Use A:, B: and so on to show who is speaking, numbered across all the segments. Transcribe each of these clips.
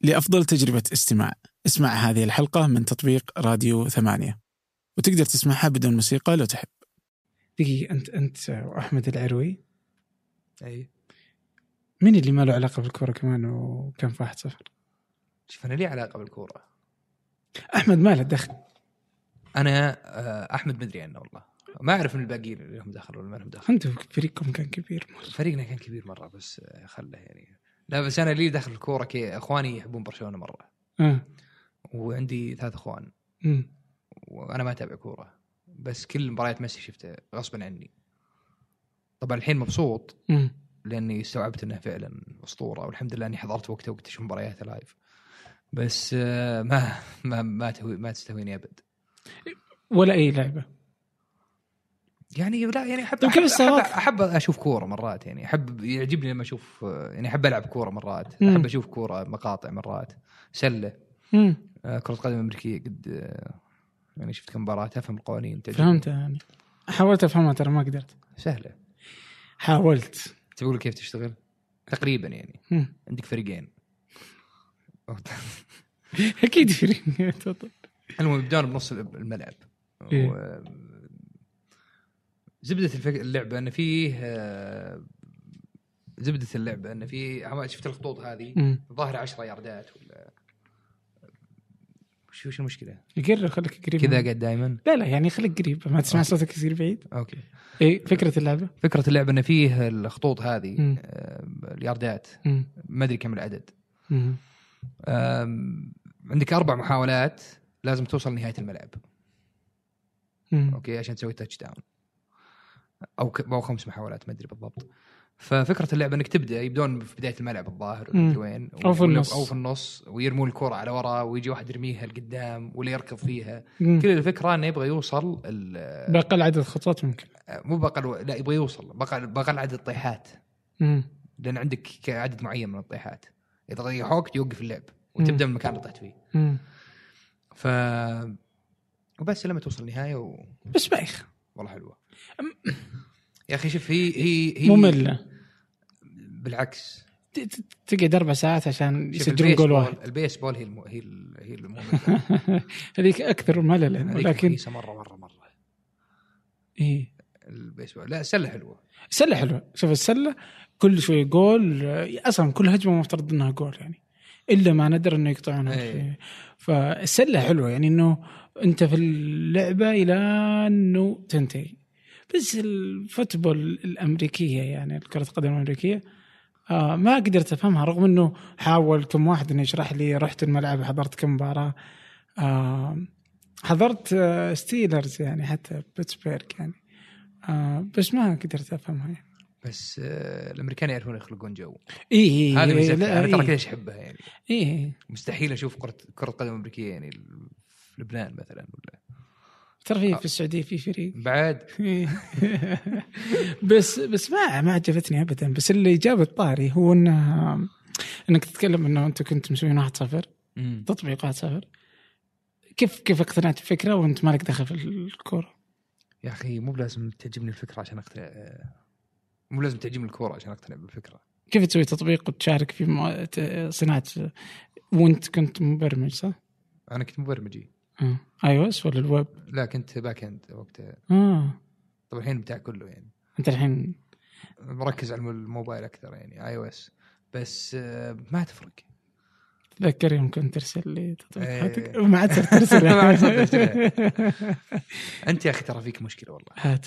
A: لأفضل تجربة استماع اسمع هذه الحلقة من تطبيق راديو ثمانية وتقدر تسمعها بدون موسيقى لو تحب دقيقة أنت أنت وأحمد العروي
B: اي
A: من اللي ما له علاقة بالكورة كمان وكان في 1-0
B: شوف انا لي علاقه بالكوره
A: أحمد ما له دخل
B: انا آه، احمد مدري عنه والله ما اعرف من الباقيين لهم دخل ولا ما لهم دخل
A: أنتم فريقكم كان كبير مرة
B: فريقنا كان كبير مره بس آه، خله يعني لا بس انا لي دخل الكوره كي اخواني يحبون برشلونه مره
A: آه.
B: وعندي ثلاث اخوان
A: أمم.
B: وانا ما اتابع كوره بس كل مباريات ميسي شفته غصبا عني طبعا الحين مبسوط
A: أمم.
B: لاني استوعبت انه فعلا اسطوره والحمد لله اني حضرت وقته وقت اشوف مبارياته لايف بس آه، ما ما ما تهوي ما تستهويني ابد
A: ولا أي لعبة
B: يعني لا يعني احب
A: طيب كيف
B: أحب-
A: السبب؟
B: احب احب اشوف كوره مرات يعني احب يعجبني لما اشوف يعني احب العب كوره مرات
A: مم.
B: احب اشوف كوره مقاطع مرات سله
A: أمم.
B: آه، كره قدم امريكيه قد آه، يعني شفت كم مباراه افهم القوانين تعجبني.
A: فهمت يعني حاولت أفهمها ترى ما قدرت
B: سهله
A: حاولت
B: تقول كيف تشتغل تقريبا يعني
A: أمم.
B: عندك فريقين
A: أكيد فريق تفضل.
B: المهم يبدون بنص الملعب
A: إيه.
B: و- زبده الفك... اللعبه انه فيه آه، زبده اللعبه انه فيه شفت الخطوط هذه
A: أمم.
B: ظاهر 10 ياردات ولا شو شو المشكله؟
A: قرب خليك قريب
B: كذا قاعد دائما
A: لا لا يعني خليك قريب ما تسمع صوتك يصير بعيد إيه،
B: اوكي
A: اي فكره اللعبه
B: فكره اللعبه انه فيه الخطوط هذه
A: مم.
B: آه، الياردات
A: مم.
B: ما ادري كم العدد
A: مم.
B: آم، عندك اربع محاولات لازم توصل لنهايه الملعب
A: مم.
B: اوكي عشان تسوي تاتش داون او ك... او خمس محاولات ما ادري بالضبط ففكره اللعبه انك تبدا يبدون في بدايه الملعب الظاهر ولا
A: مم.
B: مدري وين
A: أو في
B: ولا-
A: النص.
B: او في النص ويرمون الكره على ورا ويجي واحد يرميها لقدام ولا يركض فيها
A: مم.
B: كل الفكره انه يبغى يوصل ال-
A: باقل عدد خطوات ممكن
B: مو بقل لا يبغى يوصل بقل بقل عدد طيحات
A: مم.
B: لان عندك ك- عدد معين من الطيحات اذا ريحوك يوقف اللعب وتبدا من المكان اللي طحت فيه
A: مم.
B: ف وبس لما توصل النهايه و...
A: بس بايخ
B: والله حلوه يا اخي شوف هي هي هي
A: ممله
B: بالعكس
A: ت- ت- تقعد اربع ساعات عشان
B: شوف
A: يسجلون جول
B: البيسبول-
A: واحد
B: البيسبول هي الم... هي ال... هي الم...
A: هذيك اكثر مللا ولكن إيه.
B: مره مره مره
A: اي
B: البيسبول لا السله حلوه
A: سله حلوه شوف السله كل شوي جول آه، اصلا كل هجمه مفترض انها جول يعني الا ما ندر انه يقطعونها
B: إيه.
A: فالسله حلوه يعني انه انت في اللعبه الى انه تنتهي بس الفوتبول الامريكيه يعني كره القدم الامريكيه آه ما قدرت افهمها رغم انه حاول كم واحد انه يشرح لي رحت الملعب حضرت كم مباراه آه حضرت آه ستيلرز يعني حتى بيتسبيرغ يعني آه بس ما قدرت افهمها يعني.
B: بس آه، الامريكان يعرفون يخلقون جو
A: ايه
B: هذه
A: ايه
B: ميزتها
A: لا،
B: انا ترى
A: إيه.
B: كذا إيش احبها يعني
A: ايه
B: مستحيل اشوف كره كره قدم امريكيه يعني في لبنان مثلا ولا
A: ترى
B: آه.
A: في في السعوديه في فريق
B: بعد
A: بس بس ما ما عجبتني ابدا بس اللي جاب الطاري هو انه انك تتكلم انه انت كنت مسويين 1 0 تطبيق 1 0 كيف كيف اقتنعت بفكره وانت مالك دخل في الكوره؟
B: يا اخي مو بلازم تعجبني الفكره عشان اقتنع آه، مو لازم تعجبني الكوره عشان اقتنع بالفكره
A: كيف تسوي تطبيق وتشارك في مو- ت- صناعه وانت كنت مبرمج صح؟
B: انا كنت مبرمجي
A: اي او اس ولا الويب؟
B: لا كنت باك اند وقتها
A: اه
B: طبعا الحين بتاع كله يعني
A: انت الحين
B: مركز على الموبايل اكثر يعني اي او اس بس آه، ما تفرق
A: تذكر يوم كنت ترسل لي تطبيقاتك
B: إيه.
A: ما عاد صرت ترسل
B: ما عاد صرت انت يا اخي ترى فيك مشكله والله
A: هات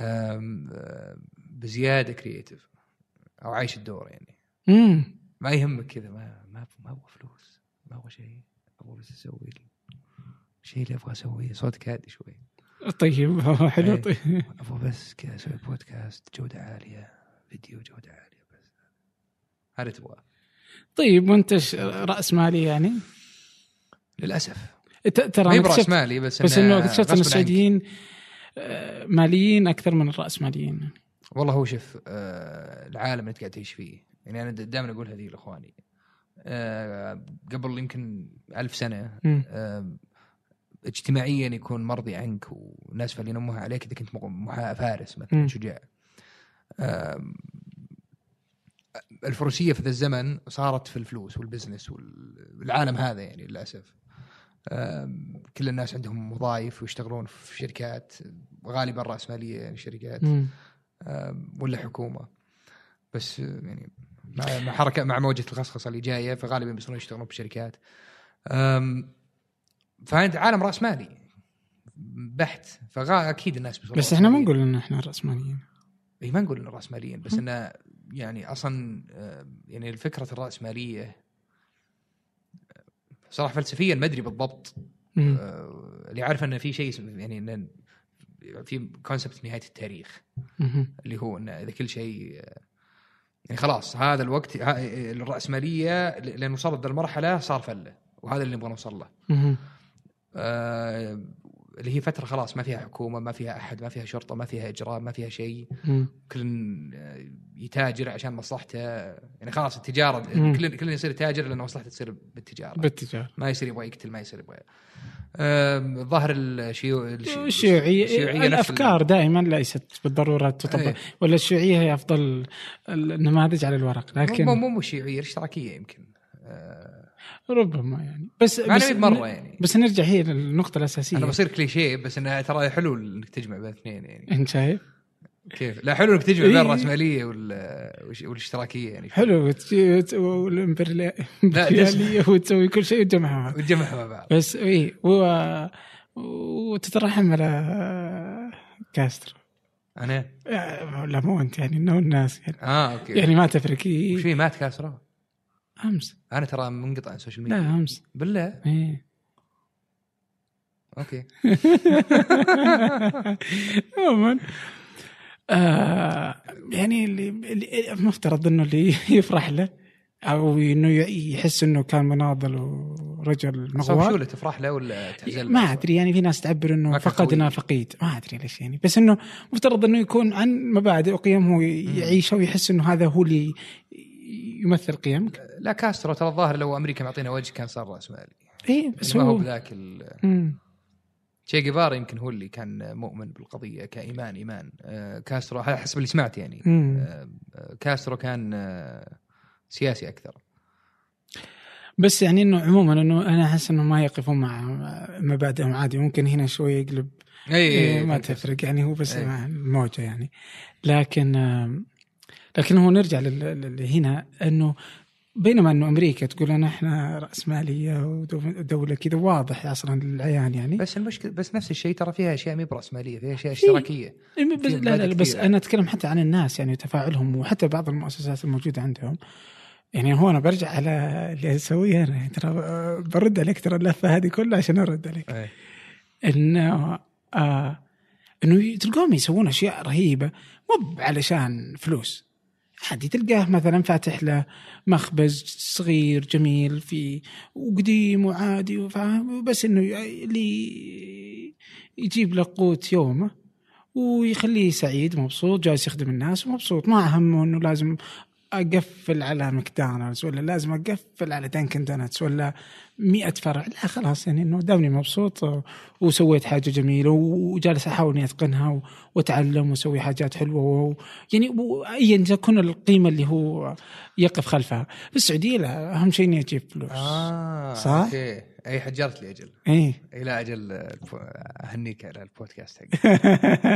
B: آم، آه، بزياده كرييتيف او عايش الدور يعني
A: امم
B: ما يهمك كذا ما ما ما ابغى فلوس ما ابغى شيء ابغى بس اسوي الشيء اللي ابغى اسويه صوتك هادي شوي
A: طيب حلو
B: إيه.
A: طيب
B: ابغى بس كذا اسوي بودكاست جوده عاليه فيديو جوده عاليه بس هذا تبغاه
A: طيب وانت ش- راس مالي يعني
B: للاسف
A: ت- ترى
B: ما
A: أنا
B: هي براس
A: اكتشفت-
B: مالي بس
A: بس انه اكتشفت ان
B: غصباً عنك.
A: السعوديين آه، ماليين اكثر من الراسماليين
B: والله هو شوف آه، العالم اللي أنت قاعد تعيش فيه يعني انا دائما اقول هذه لاخواني آه، قبل يمكن ألف سنه
A: مم.
B: آه، اجتماعيا يكون مرضي عنك وناس فالين امها عليك اذا كنت مغ- محا- فارس مثلا
A: مم.
B: شجاع آه، الفروسيه في ذا الزمن صارت في الفلوس والبزنس والعالم هذا يعني للاسف آم، كل الناس عندهم وظائف ويشتغلون في شركات غالبا راسماليه يعني شركات
A: مم.
B: آم، ولا حكومه بس آه، يعني مع مع حركه مع موجه الخصخصه اللي جايه فغالبا بيصيرون يشتغلون بشركات آم، فانت عالم راس مالي بحت فاكيد الناس بيصيرون
A: بس احنا ما
B: رأسماليين.
A: نقول ان احنا راسماليين
B: هي ما نقول انه راسماليين بس
A: مم.
B: انه يعني اصلا آه، يعني فكره الراسماليه آه، صراحه فلسفيا ما ادري بالضبط
A: مم.
B: آه، اللي عارف انه في شيء اسمه- يعني إنه في كونسبت نهايه التاريخ
A: مم.
B: اللي هو انه اذا كل شيء آه، يعني خلاص هذا الوقت ها- الراسماليه ل- لان وصلت ذا المرحله صار فله وهذا اللي نبغى نوصل له
A: مم.
B: آه، اللي هي فتره خلاص ما فيها حكومه ما فيها احد ما فيها شرطه ما فيها اجرام ما فيها شيء
A: مم.
B: كل يتاجر عشان مصلحته يعني خلاص التجاره
A: مم.
B: كل كل يصير تاجر لان مصلحته تصير بالتجاره
A: بالتجاره
B: ما يصير يبغى يقتل ما يصير يبغى أم، الظاهر الشيوع
A: الشيوعيه
B: نفس ال-
A: الافكار دائما ليست بالضروره تطبق
B: إيه.
A: ولا الشيوعيه هي افضل النماذج على الورق
B: مو- مو
A: لكن
B: مو مو الشيوعيه الاشتراكيه يمكن أه،
A: ربما يعني بس
B: مع
A: بس
B: إنه مره يعني
A: بس نرجع هي للنقطه الاساسيه
B: انا بصير كليشيه بس انه ترى حلو انك تجمع بين الاثنين يعني
A: انت شايف؟
B: كيف لا حلو انك تجمع بين
A: إيه.
B: الراسماليه وال- والش- والاشتراكيه يعني
A: حلو وتجي- والإمبريالية- والامبرياليه وتسوي كل شيء وتجمعها معك.
B: وتجمعها مع بعض
A: بس اي و... وتترحم على كاسترو
B: انا
A: آه، لا مو انت يعني انه الناس يعني,
B: اه اوكي
A: يعني ما تفرق هي-
B: وش في مات كاسرو
A: امس
B: انا ترى منقطع عن السوشيال
A: لا
B: ميديا
A: امس
B: بالله
A: ايه
B: اوكي
A: عموما آه يعني اللي, اللي المفترض انه اللي يفرح له او انه ي- يحس انه كان مناضل ورجل
B: صوب شو
A: مغوار إيه،
B: اللي تفرح له ولا تحزن له
A: ما
B: أصلاً؟
A: ادري يعني في ناس تعبر انه
B: ما كان قوي.
A: فقدنا فقيد ما ادري ليش يعني بس انه مفترض انه يكون عن مبادئ وقيم هو يعيشها ويحس انه هذا هو اللي يمثل قيمك
B: لا كاسترو ترى الظاهر لو امريكا معطينا وجه كان صار راس مالي
A: اي
B: بس
A: إيه، بس
B: ما هو
A: هو
B: بذاك ال-
A: مم.
B: تشي جيفارا يمكن هو اللي كان مؤمن بالقضيه كايمان ايمان آه، كاسترو على حسب اللي سمعت يعني
A: مم.
B: آه،
A: نعم.
B: آه، كاسترو كان آه، سياسي اكثر
A: بس يعني انه عموما انه انا احس انه ما يقفون مع مبادئهم عادي ممكن هنا شوي يقلب إيه ما تفرق يعني هو بس
B: إيه.
A: مع الموجه يعني لكن آم، لكن هو نرجع لل- لل- هنا انه بينما انه امريكا تقول انا احنا راسماليه ودوله كذا واضح اصلا للعيان يعني
B: بس المشكله بس نفس الشيء ترى فيها اشياء ما هي براسماليه فيها اشياء اشتراكيه
A: إيه، بس
B: في
A: لا لا
B: مبادئ
A: بس
B: كثيرة.
A: انا اتكلم حتى عن الناس يعني تفاعلهم وحتى بعض المؤسسات الموجوده عندهم يعني هو انا برجع على اللي اسويه انا ترى آه، برد عليك ترى اللفه هذه كلها عشان ارد عليك
B: إيه.
A: انه آه انه تلقاهم يسوون اشياء رهيبه مو علشان فلوس عادي تلقاه مثلا فاتح له مخبز صغير جميل في وقديم وعادي وفاهم بس انه ي- اللي يجيب له قوت يومه ويخليه سعيد مبسوط جالس يخدم الناس ومبسوط ما همه انه لازم اقفل على ماكدونالدز ولا لازم اقفل على دانكن دونتس ولا مئة فرع لا خلاص يعني انه دامني مبسوط وسويت حاجه جميله وجالس احاول اني اتقنها و- واتعلم واسوي حاجات حلوه و... يعني و- ايا تكن القيمه اللي هو يقف خلفها في السعوديه لا اهم شيء اني اجيب فلوس
B: اه
A: صح؟
B: اوكي اي حجرت لي اجل
A: ايه
B: الى اجل آه، الب- اهنيك على البودكاست حقك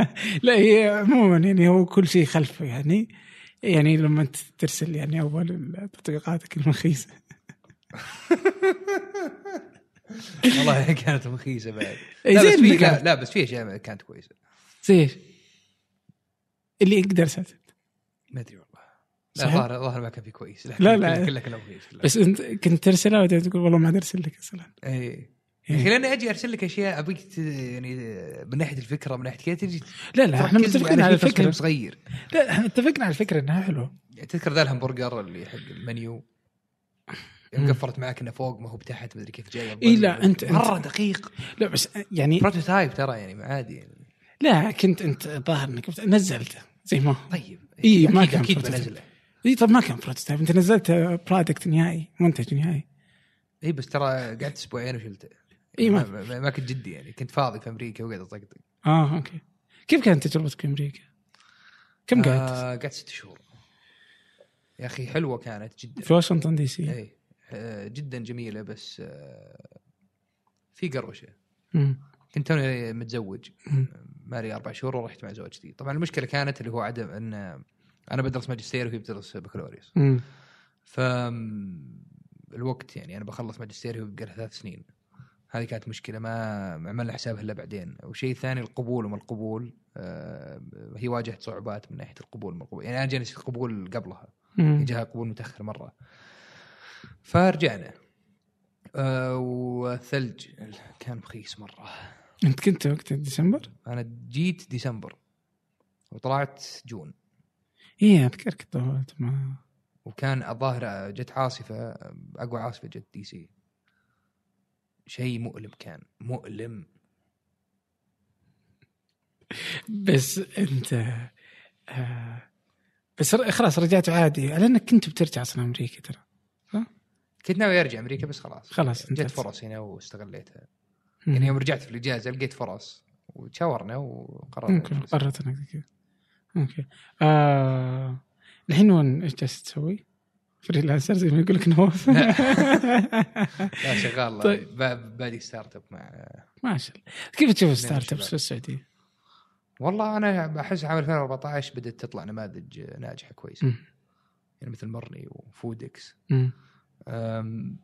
A: لا هي عموما يعني هو كل شيء خلفه يعني يعني لما أنت ترسل يعني اول تطبيقاتك المخيسه
B: والله كانت مخيسه بعد
A: إيه،
B: لا بس
A: زين
B: في
A: اللي
B: لا,
A: كانت.
B: لا بس في اشياء كانت كويسه
A: زي ايش؟ اللي يقدر ساتر
B: ما ادري والله لا
A: صحيح؟
B: ظاهر ظاهر ما كان في كويس
A: لا، لا.
B: كله- كله كله كويس كله.
A: بس انت كنت ترسله وبعدين تقول والله ما ارسل لك اصلا
B: اي يا اخي
A: إيه.
B: لاني اجي ارسل لك اشياء ابيك ت- يعني من ناحيه الفكره من ناحيه كذا تجي
A: لا لا احنا
B: تركز
A: متفقين على
B: في تصميم
A: الفكره
B: صغير
A: لا احنا اتفقنا على الفكره انها حلوه
B: يعني تذكر ذا الهمبرجر اللي حق المنيو
A: مم.
B: يوم قفرت معك انه فوق ما هو بتحت مدري كيف جاي
A: إيه، لا، أنت- أنت-
B: مره دقيق
A: لا بس يعني
B: بروتوتايب ترى يعني عادي يعني
A: لا كنت انت ظاهر انك نزلته زي ما هو
B: طيب
A: إيه، ما
B: أكيد-
A: كان
B: اكيد
A: prototype.
B: بنزله
A: اي طب ما كان بروتوتايب انت نزلت برودكت نهائي منتج نهائي
B: اي بس ترى قعدت اسبوعين وشلته
A: إيه، ما-
B: ما, ما, ما كنت جدي يعني كنت فاضي في امريكا وقاعد اطقطق
A: اه اوكي كيف كانت تجربتك في امريكا؟ كم قعدت؟
B: آه قعدت ست شهور يا اخي حلوه كانت جدا
A: في واشنطن دي سي
B: اي آه، جدا جميله بس آه، في قروشه
A: مم.
B: كنت توني متزوج
A: مم.
B: ماري اربع شهور ورحت مع زوجتي طبعا المشكله كانت اللي هو عدم ان انا بدرس ماجستير وهي بتدرس بكالوريوس
A: مم.
B: ف الوقت يعني انا بخلص ماجستير وهي بقى لها ثلاث سنين هذه كانت مشكله ما ما عملنا حسابها الا بعدين وشيء ثاني القبول وما القبول آه، هي واجهت صعوبات من ناحيه القبول وما القبول يعني انا جاني قبول قبلها
A: مم.
B: جاها قبول متاخر مره فرجعنا آه، والثلج كان مخيس مره
A: انت كنت وقت ديسمبر؟
B: انا جيت ديسمبر وطلعت جون
A: اي اذكر كنت طولت ما
B: وكان الظاهر جت عاصفه اقوى عاصفه جت دي سي شيء مؤلم كان مؤلم
A: بس انت آه بس ر- خلاص رجعت عادي لانك كنت بترجع اصلا امريكا ترى
B: كنت ناوي ارجع امريكا بس خلاص
A: خلاص
B: جت
A: انتهت.
B: فرص هنا واستغليتها
A: مم.
B: يعني يوم رجعت في الاجازه لقيت فرص وتشاورنا وقررنا
A: ممكن
B: نجلس.
A: قررت انك كذا اوكي آه الحين وين ايش جالس تسوي؟ فريلانسر زي ما يقول لك نواف
B: لا شغال
A: طيب.
B: ب- بادي ستارت اب مع
A: ما شاء الله كيف تشوف
B: شباب.
A: ستارت ابس في السعوديه؟
B: والله انا احس عام 2014 بدات تطلع نماذج ناجحه كويسه
A: مم.
B: يعني مثل مرني وفودكس
A: مم.
B: أم،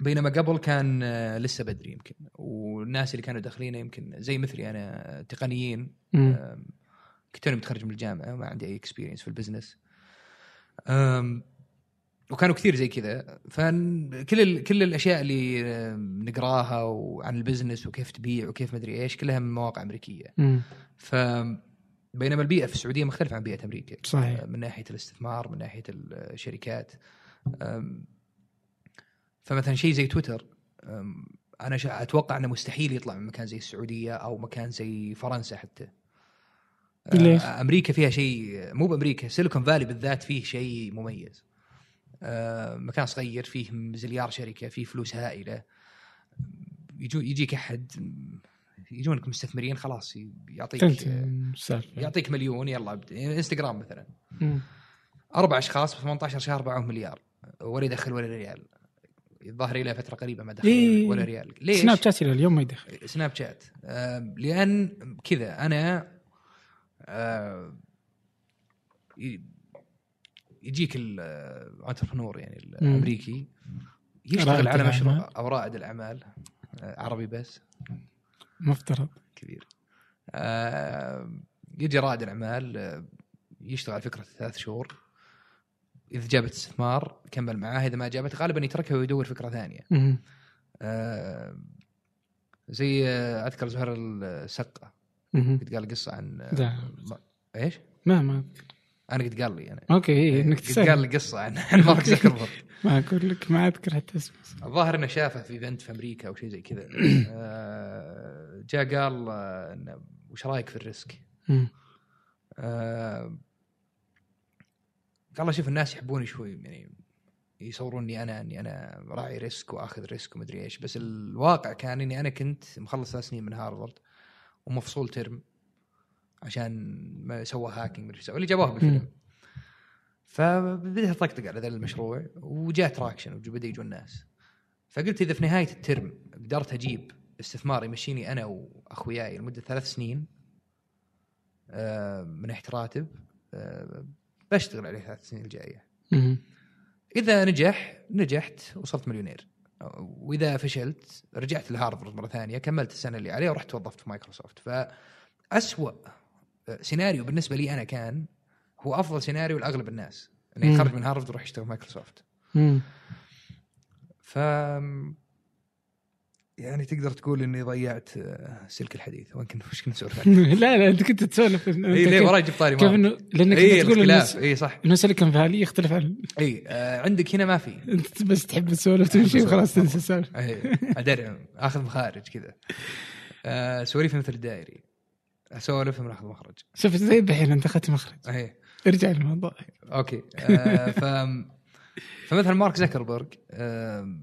B: بينما قبل كان آه، لسه بدري يمكن والناس اللي كانوا داخلينه يمكن زي مثلي انا آه، تقنيين
A: مم.
B: أم، كنت توني متخرج من الجامعه ما عندي اي اكسبيرينس في البزنس أم، وكانوا كثير زي كذا فكل ال... كل الاشياء اللي أم، نقراها وعن البزنس وكيف تبيع وكيف مدري ايش كلها من مواقع امريكيه
A: مم.
B: ف بينما البيئه في السعوديه مختلفه عن بيئه امريكا
A: صحيح.
B: آه، من ناحيه الاستثمار من ناحيه الشركات أم، فمثلا شيء زي تويتر أم، انا شا- اتوقع انه مستحيل يطلع من مكان زي السعوديه او مكان زي فرنسا حتى آه،
A: ليش؟
B: امريكا فيها شيء مو بامريكا سيليكون فالي بالذات فيه شيء مميز آه، مكان صغير فيه زليار شركه فيه فلوس هائله يجو يجيك احد يجونك مستثمرين خلاص ي-
A: طيب.
B: يعطيك
A: تنتهي السالفه
B: يعطيك مليون يلا ابدا يعني انستغرام مثلا
A: مم.
B: اربع اشخاص في 18 شهر باعوهم مليار ولا يدخل ولا ريال الظاهر الى فتره قريبه ما دخل
A: إيه.
B: ولا ريال ليش؟
A: سناب شات الى اليوم ما يدخل
B: سناب شات آه، لان كذا انا آه، ي- يجيك الانتربرنور يعني الامريكي
A: رائد
B: يشتغل على مشروع
A: الأعمال.
B: او رائد الاعمال آه، عربي بس
A: مفترض
B: كبير آه، يجي رائد الاعمال آه، يشتغل على فكره ثلاث شهور اذا جابت استثمار كمل معاه اذا ما جابت غالبا يتركها ويدور فكره ثانيه
A: مم.
B: آه، زي آه، اذكر زهير السقا
A: مم.
B: قد قال قصه عن آه،
A: لا.
B: م- ايش؟
A: ما ما
B: انا قد قال لي انا
A: اوكي إيه، انك
B: قد قال
A: تسال
B: لي قصه عن عن مارك زكربرج
A: ما اقول لك ما اذكر حتى اسمه
B: الظاهر انه شافه في بنت في امريكا او شيء زي كذا آه، جاء قال آه، إنه وش رايك في الريسك؟
A: مم.
B: آه، قال له شوف الناس يحبوني شوي يعني يصوروني انا اني انا راعي ريسك واخذ ريسك ومدري ايش بس الواقع كان اني انا كنت مخلص ثلاث سنين من هارفارد ومفصول ترم عشان ما سوى هاكينج مدري إيش سوى، اللي جابوه بالفيلم
A: مم.
B: فبدأت اطقطق على ذا المشروع وجاء تراكشن وبدا يجون الناس فقلت اذا في نهايه الترم قدرت اجيب استثمار يمشيني انا واخوياي لمده ثلاث سنين آه، من ناحيه راتب آه، بشتغل عليه ثلاث سنين الجايه
A: مم.
B: اذا نجح نجحت وصرت مليونير واذا فشلت رجعت لهارفرد مره ثانيه كملت السنه اللي عليه ورحت توظفت في مايكروسوفت فاسوا سيناريو بالنسبه لي انا كان هو افضل سيناريو لاغلب الناس انه
A: مم.
B: يخرج من هارفرد ويروح يشتغل في مايكروسوفت
A: مم.
B: ف يعني تقدر تقول اني ضيعت آه، سلك الحديث وين كنا وش كنا نسولف عنه؟
A: لا لا انت كنت تسولف إن-
B: اي
A: أنت
B: ليه
A: كيف-
B: وراي جبت طاري
A: كيف
B: مارك.
A: انه لانك
B: اي
A: إيه تقول
B: الاختلاف
A: إنه-
B: اي صح
A: انه سيليكون فالي يختلف عن
B: اي آه عندك هنا ما في
A: انت بس تحب تسولف وتمشي وخلاص تنسى السالفه
B: اي ادرعم اخذ مخارج كذا آه سواليف مثل الدائري اسولف من اخذ مخرج
A: شوف زي الحين انت اخذت مخرج
B: اي
A: ارجع للموضوع
B: اوكي آه ف فمثلا مارك زكربرج آه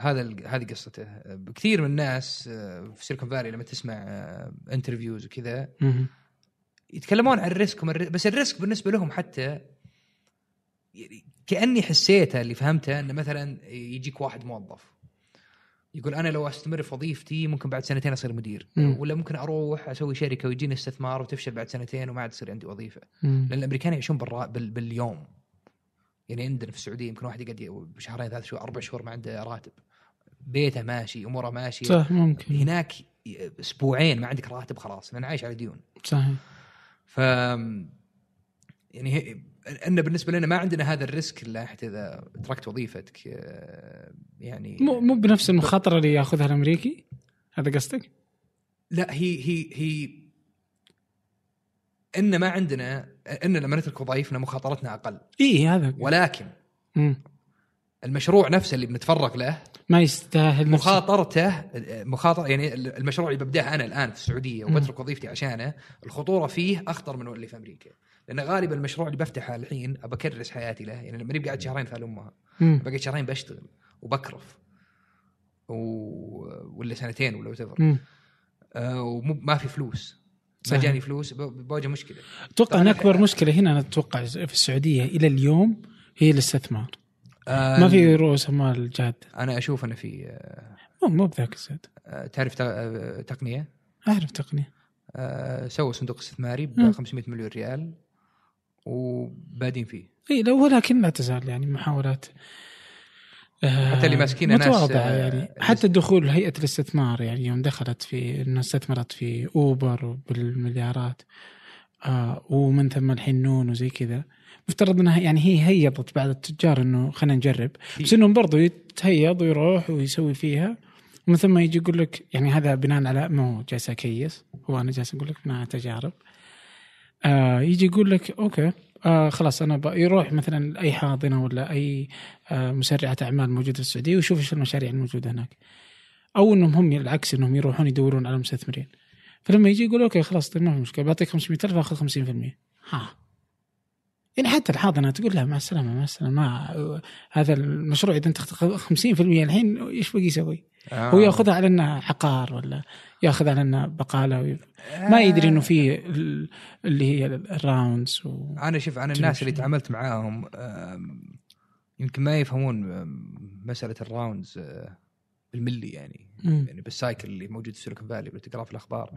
B: هذا ال- هذه قصته آه، كثير من الناس آه في سيليكون فالي لما تسمع آه انترفيوز وكذا
A: مم.
B: يتكلمون عن الريسك وما الري- بس الريسك بالنسبه لهم حتى يعني كاني حسيته اللي فهمته انه مثلا يجيك واحد موظف يقول انا لو استمر في وظيفتي ممكن بعد سنتين اصير مدير
A: مم.
B: ولا ممكن اروح اسوي شركه ويجيني استثمار وتفشل بعد سنتين وما عاد تصير عندي وظيفه
A: مم.
B: لان الامريكان يعيشون بالرا... بال... باليوم يعني عندنا في السعوديه يمكن واحد يقعد ي- بشهرين ثلاث شهور اربع شهور ما عنده راتب بيته ماشي اموره ماشيه
A: صح ممكن
B: هناك ي- اسبوعين ما عندك راتب خلاص لان عايش على ديون
A: صحيح
B: ف يعني هي- ان بالنسبه لنا ما عندنا هذا الريسك الا حتى اذا تركت وظيفتك آه، يعني
A: مو مو بنفس المخاطره اللي ياخذها الامريكي هذا قصدك؟
B: لا هي هي هي ان ما عندنا ان لما نترك وظائفنا مخاطرتنا اقل
A: اي
B: إيه،
A: هذا
B: ولكن
A: مم.
B: المشروع نفسه اللي بنتفرغ له
A: ما يستاهل نفسه.
B: مخاطرته مخاطر يعني المشروع اللي ببداه انا الان في السعوديه
A: مم.
B: وبترك وظيفتي عشانه الخطوره فيه اخطر من اللي في امريكا لان غالبا المشروع اللي بفتحه الحين ابكرس حياتي له يعني لما قاعد شهرين ثال امها
A: مم.
B: بقيت شهرين بشتغل وبكرف و... ولا سنتين ولا وات
A: مم.
B: وما في فلوس ما
A: صحيح.
B: جاني فلوس ب- بواجه مشكله
A: اتوقع ان
B: طبعاً.
A: اكبر مشكله هنا انا اتوقع في السعوديه الى اليوم هي الاستثمار
B: آه،
A: ما في رؤوس اموال جاده
B: انا اشوف انه في آه،
A: مو مو بذاك الزاد
B: آه، تعرف ت- آه، تقنيه
A: اعرف تقنيه
B: آه، سووا صندوق استثماري ب
A: مم.
B: 500 مليون ريال وبادين فيه
A: اي لا ولكن لا تزال يعني محاولات آه،
B: حتى اللي ماسكينها ناس،
A: متواضعة
B: آه،
A: يعني
B: الاست-
A: حتى دخول هيئه الاستثمار يعني يوم دخلت في انها استثمرت في اوبر بالمليارات آه ومن ثم الحين نون وزي كذا مفترض انها يعني هي هيضت بعض التجار انه خلينا نجرب بس انهم برضو يتهيض ويروح ويسوي فيها ومن ثم يجي يقول لك يعني هذا بناء على ما هو جالس اكيس هو انا جالس اقول لك بناء على تجارب آه يجي يقول لك اوكي آه خلاص انا ب- يروح مثلا اي حاضنه ولا اي آه مسرعه اعمال موجوده في السعوديه ويشوف ايش المشاريع الموجوده هناك او انهم هم العكس انهم يروحون يدورون على مستثمرين فلما يجي يقول اوكي خلاص طيب ما في مشكله بعطيك 500000 اخذ 50% ها يعني حتى الحاضنه تقول لها مع السلامه مع السلامه ما هذا المشروع اذا انت اخذت 50% الحين ايش بقي يسوي؟
B: آه.
A: هو ياخذها على انها عقار ولا ياخذها على انها بقاله وي- ما يدري انه في ال- اللي هي الراوندز و...
B: انا آه، شوف انا الناس اللي تعاملت معاهم آم، يمكن ما يفهمون آم، مساله الراوندز آه، بالملي يعني
A: مم.
B: يعني بالسايكل اللي موجود في سيليكون فالي بتقرا في الاخبار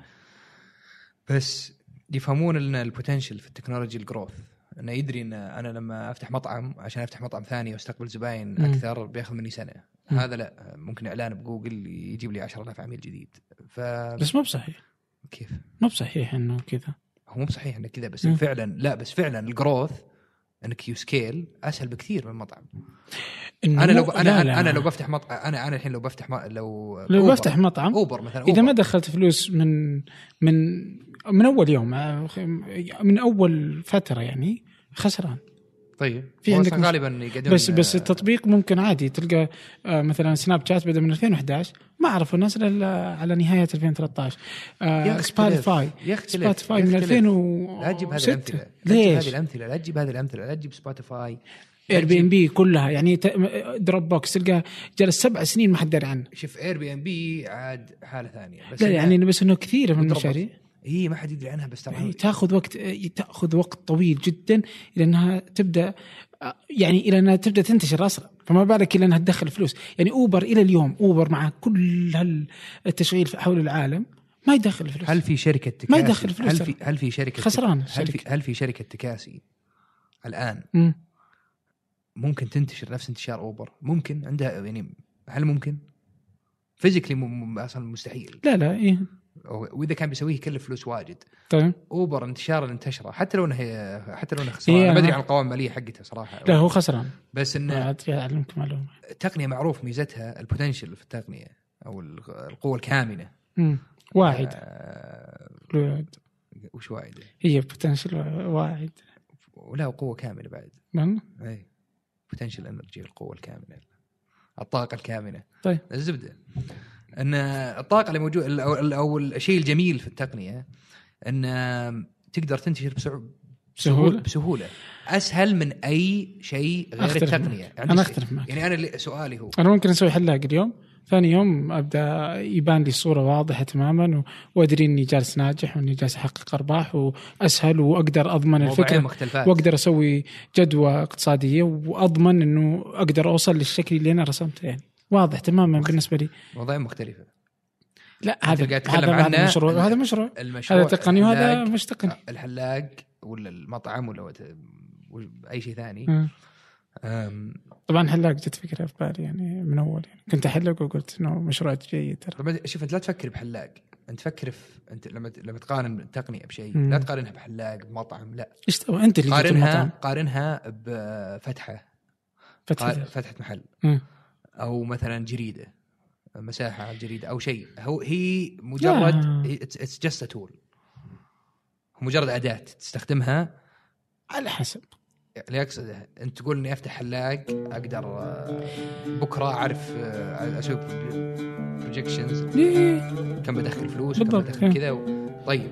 B: بس يفهمون ان البوتنشل في التكنولوجي الجروث انه يدري ان انا لما افتح مطعم عشان افتح مطعم ثاني واستقبل زباين
A: مم.
B: اكثر بياخذ مني سنه
A: مم.
B: هذا لا ممكن اعلان بجوجل يجيب لي 10000 عميل جديد فكيف
A: بس مو بصحيح مو بصحيح انه كذا
B: هو مو بصحيح انه كذا بس
A: مم.
B: فعلا لا بس فعلا الجروث انك يو سكيل اسهل بكثير من المطعم
A: إنه
B: انا لو
A: مو-
B: انا
A: لا،
B: انا,
A: لا.
B: أنا لو بفتح مطعم انا انا الحين لو بفتح ما لو
A: لو
B: أوبر-
A: بفتح مطعم
B: اوبر مثلا أوبر.
A: اذا ما دخلت فلوس من من من اول يوم آه، من اول فتره يعني خسران
B: طيب
A: في
B: في
A: عندك
B: عندك
A: مش-
B: غالبا يقعدون
A: بس بس
B: آه،
A: التطبيق ممكن عادي تلقى آه، مثلا سناب شات بدا من 2011 ما عرفوا الناس الا على نهايه 2013 آه،
B: يختلف-
A: سبوتيفاي
B: يختلف-
A: سبوتيفاي من
B: يختلف. لا تجيب هذه
A: 2006
B: الامثله لا تجيب
A: ليش؟
B: هذه الامثله لا تجيب هذه الامثله لا تجيب سبوتيفاي
A: اير بي ام بي كلها يعني ت- دروب بوكس تلقى جلس سبع سنين ما حد درى عنه
B: شوف اير بي ام بي عاد حاله ثانيه بس
A: لا
B: إنها-
A: يعني بس انه كثير من
B: ودروب
A: المشاريع
B: هي ما حد يدري عنها بس
A: هي
B: ترى
A: تاخذ وقت آه، تاخذ وقت طويل جدا الى انها تبدا آه، يعني الى انها تبدا تنتشر اسرع فما بالك الى انها تدخل فلوس يعني اوبر الى اليوم اوبر مع كل هالتشغيل في- حول العالم ما يدخل فلوس
B: هل في شركه تكاسي
A: ما يدخل فلوس
B: هل
A: ترى.
B: في هل في شركه
A: خسران
B: هل في
A: الشركة.
B: هل في شركه تكاسي الان
A: مم.
B: ممكن تنتشر نفس انتشار اوبر ممكن عندها يعني هل ممكن فيزيكلي م- م- اصلا مستحيل
A: لا لا ايه
B: أو- واذا كان بيسويه يكلف فلوس واجد
A: طيب
B: اوبر انتشار اللي انتشره حتى لو انها حتى لو انها
A: إيه،
B: خسرانه
A: أنا
B: ما ادري
A: ما-
B: عن القوائم الماليه حقتها صراحه
A: لا هو خسران
B: بس
A: ما
B: ان
A: عاد اعلمك معلومه
B: التقنيه معروف ميزتها البوتنشل في التقنيه او الغ- القوه الكامنه
A: مم. واعد
B: آه،
A: الوعد.
B: وش واعده؟
A: هي بوتنشل واعد
B: ولا قوه كامنه بعد
A: من؟
B: اي بوتنشل انرجي القوه الكامنه الطاقه الكامنه
A: طيب.
B: الزبده ان الطاقه اللي موجوده او, أو الشيء الجميل في التقنيه ان تقدر تنتشر بسع-
A: بسهولة.
B: بسهوله اسهل من اي شيء غير
A: أختلف
B: التقنيه
A: معك.
B: عندي
A: أنا
B: شيء.
A: أختلف معك.
B: يعني انا اللي سؤالي هو
A: انا ممكن اسوي حلاق اليوم ثاني يوم ابدا يبان لي الصوره واضحه تماما و- وادري اني جالس ناجح واني جالس احقق ارباح واسهل واقدر اضمن
B: مواضيع
A: الفكره
B: مختلفات
A: واقدر اسوي جدوى اقتصاديه واضمن انه اقدر اوصل للشكل اللي انا رسمته يعني واضح تماما بالنسبه لي
B: مواضيع مختلفه
A: لا
B: أنت
A: هذا
B: قاعد تتكلم
A: هذا هذا
B: عنه.
A: مشروع هذا مشروع
B: المشروع
A: هذا تقني وهذا
B: الحلاق-
A: مش تقني
B: الحلاق ولا المطعم ولا وت- اي شيء ثاني
A: آه.
B: أم،
A: طبعا حلاق جت فكره في بالي يعني من اول يعني كنت احلق وقلت انه مشروع جيد ترى
B: طبعا شوف انت لا تفكر بحلاق انت فكر في انت لما ت- لما تقارن التقنيه بشيء
A: مم.
B: لا تقارنها بحلاق بمطعم لا
A: ايش تبغى انت اللي جبت
B: قارنها
A: المطعم
B: قارنها بفتحه قا-
A: فتحة
B: فتحه محل
A: مم.
B: او مثلا جريده مساحه على الجريده او شيء هو هي مجرد اتس جاست تول مجرد اداه تستخدمها
A: على حسب
B: اللي اقصده انت تقول اني افتح حلاق اقدر آه، بكره اعرف آه، اسوي بروجكشنز
A: ليه؟
B: كم بدخل فلوس
A: بالضبط،
B: كم بدخل
A: إيه.
B: كذا و... طيب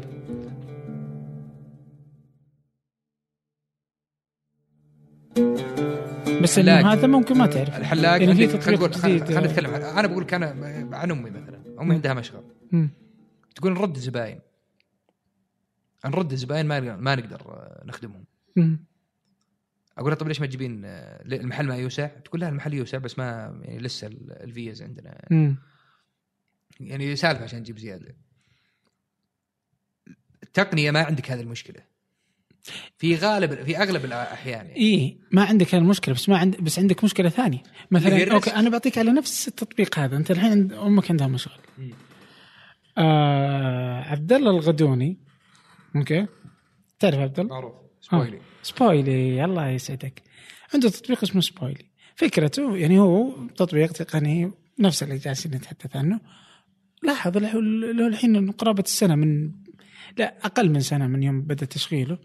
A: بس انه
B: حلاق.
A: هذا ممكن ما تعرف
B: الحلاق
A: يعني في
B: عندك-
A: تطبيق
B: خلينا نقول- خلينا
A: جديد. آه.
B: خلينا نتكلم عن- انا بقول كان عن امي مثلا امي
A: مم.
B: عندها مشغل
A: مم.
B: تقول نرد زباين نرد زباين ما ما نقدر آه، نخدمهم
A: مم.
B: اقول لها طب ليش ما تجيبين آه، ليه المحل ما يوسع؟ تقول لا المحل يوسع بس ما يعني لسه ال- الفيز عندنا
A: مم.
B: يعني سالفه عشان نجيب زياده. التقنيه ما عندك هذه المشكله. في غالب في اغلب الاحيان يعني.
A: ايه ما عندك المشكله بس ما عند بس عندك مشكله ثانيه
B: اللي هي
A: مثلا
B: الرسم.
A: اوكي انا بعطيك على نفس التطبيق هذا انت الحين عند امك عندها مشغل
B: مم.
A: آه عبد الله الغدوني اوكي تعرف عبد الله
B: معروف
A: آه.
B: سبويلي
A: سبويلي الله يسعدك عنده تطبيق اسمه سبويلي فكرته يعني هو تطبيق تقني نفس اللي جالسين نتحدث عنه لاحظ له له الحين قرابه السنه من لا اقل من سنه من يوم بدا تشغيله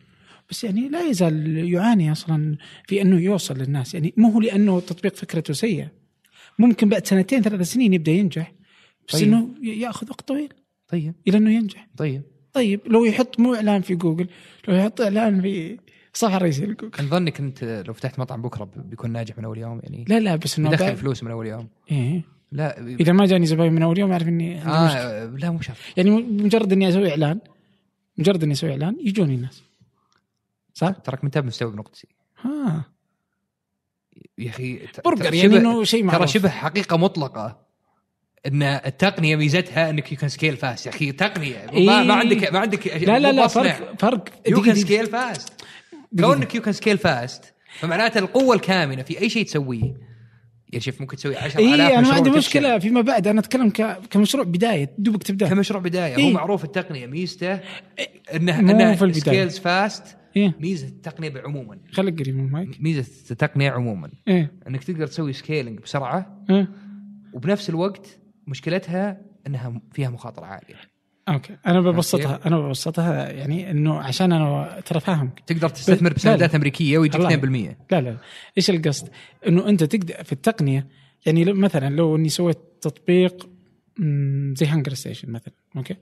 A: بس يعني لا يزال يعاني اصلا في انه يوصل للناس يعني مو هو لانه تطبيق فكرته سيئه ممكن بعد سنتين ثلاث سنين يبدا ينجح بس
B: طيب.
A: انه ياخذ وقت طويل
B: طيب
A: الى انه ينجح
B: طيب
A: طيب لو يحط مو اعلان في جوجل لو يحط اعلان في صفحه رئيسيه لجوجل
B: كان ظنك انت لو فتحت مطعم بكره ب- بيكون ناجح من اول يوم يعني
A: لا لا بس انه
B: يدخل
A: بعد-
B: فلوس من اول يوم
A: إيه.
B: لا
A: اذا ما جاني زباين من اول يوم اعرف اني عندي مشكلة.
B: آه لا مو شرط
A: يعني مجرد اني اسوي اعلان مجرد اني اسوي اعلان يجوني الناس صح؟
B: تراك انت مستوعب نقطتي
A: ها
B: يا اخي ت-
A: برجر
B: ترى
A: يعني
B: شبه-
A: انه شيء
B: ترى
A: معروف
B: شبه حقيقه مطلقه ان التقنيه ميزتها انك يو كان سكيل فاست يا اخي تقنيه ما,
A: إيه.
B: ما عندك ما عندك
A: لا لا لا فرق فرق
B: يو
A: دقيقة،
B: كان
A: دقيقة.
B: سكيل فاست
A: دقيقة.
B: كونك يو كان سكيل فاست فمعناته القوه الكامنه في اي شيء تسويه يا شيف ممكن تسوي 10000
A: اي انا إيه، ما
B: مشروع
A: عندي
B: وتفشل.
A: مشكله فيما بعد انا اتكلم ك- كمشروع بدايه دوبك تبدا
B: كمشروع بدايه هو
A: إيه.
B: معروف التقنيه ميزته انه
A: مو
B: انه
A: في البداية.
B: سكيلز فاست
A: ايه
B: ميزه التقنيه عموما
A: خليك قريب من المايك
B: ميزه التقنيه عموما
A: ايه
B: انك تقدر تسوي سكيلينج بسرعه
A: ايه
B: وبنفس الوقت مشكلتها انها فيها مخاطره عاليه
A: اوكي انا ببسطها انا ببسطها يعني انه عشان انا ترى فاهمك
B: تقدر تستثمر
A: بل-
B: بسندات امريكيه ويجيك
A: الله
B: 2%
A: لا لا ايش القصد؟ انه انت تقدر في التقنيه يعني لو- مثلا لو اني سويت تطبيق مم، زي هانجر ستيشن مثلا اوكي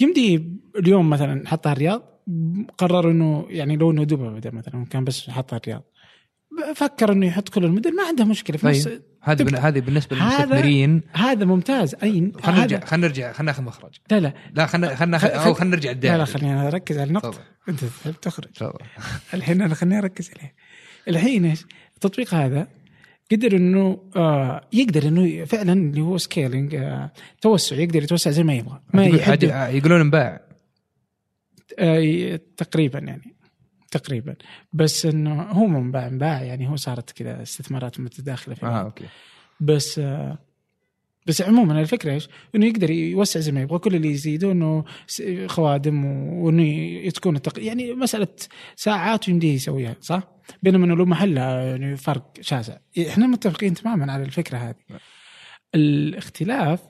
A: يمدي اليوم مثلا حطها الرياض مم، قرر انه يعني لو انه دبي بدأ مثلا كان بس حطها الرياض ب- فكر انه يحط كل المدن ما عنده مشكله في نفس
B: طيب هذه بن- هذه بالنسبه
A: هذا-
B: للمستثمرين
A: هذا ممتاز اي
B: خلينا نرجع
A: هذا-
B: خلينا نرجع خلينا ناخذ مخرج
A: لا لا
B: لا خلينا خلينا
A: خل-
B: او
A: خل-
B: خلينا نرجع
A: لا
B: الداخل
A: لا خليني اركز على النقطه
B: تفضل
A: انت تحب تخرج
B: تفضل
A: الحين انا خليني اركز عليه الحين ايش التطبيق هذا قدر انه آه يقدر انه فعلا اللي هو سكيلينج آه توسع يقدر يتوسع زي ما يبغى ما
B: يقول-
A: يحد
B: عاد- يقولون انباع
A: آه ي- تقريبا يعني تقريبا بس انه هو مو منباع منباع يعني هو صارت كذا استثمارات متداخله في
B: اه
A: بعض.
B: اوكي
A: بس آه بس عموما الفكره ايش؟ انه يقدر يوسع زي ما يبغى كل اللي يزيده انه س- خوادم و- وانه تكون التق... يعني مساله ساعات ويمديه يسويها صح؟ بينما انه له محل آه، يعني فرق شاسع، احنا متفقين تماما على الفكره هذه. الاختلاف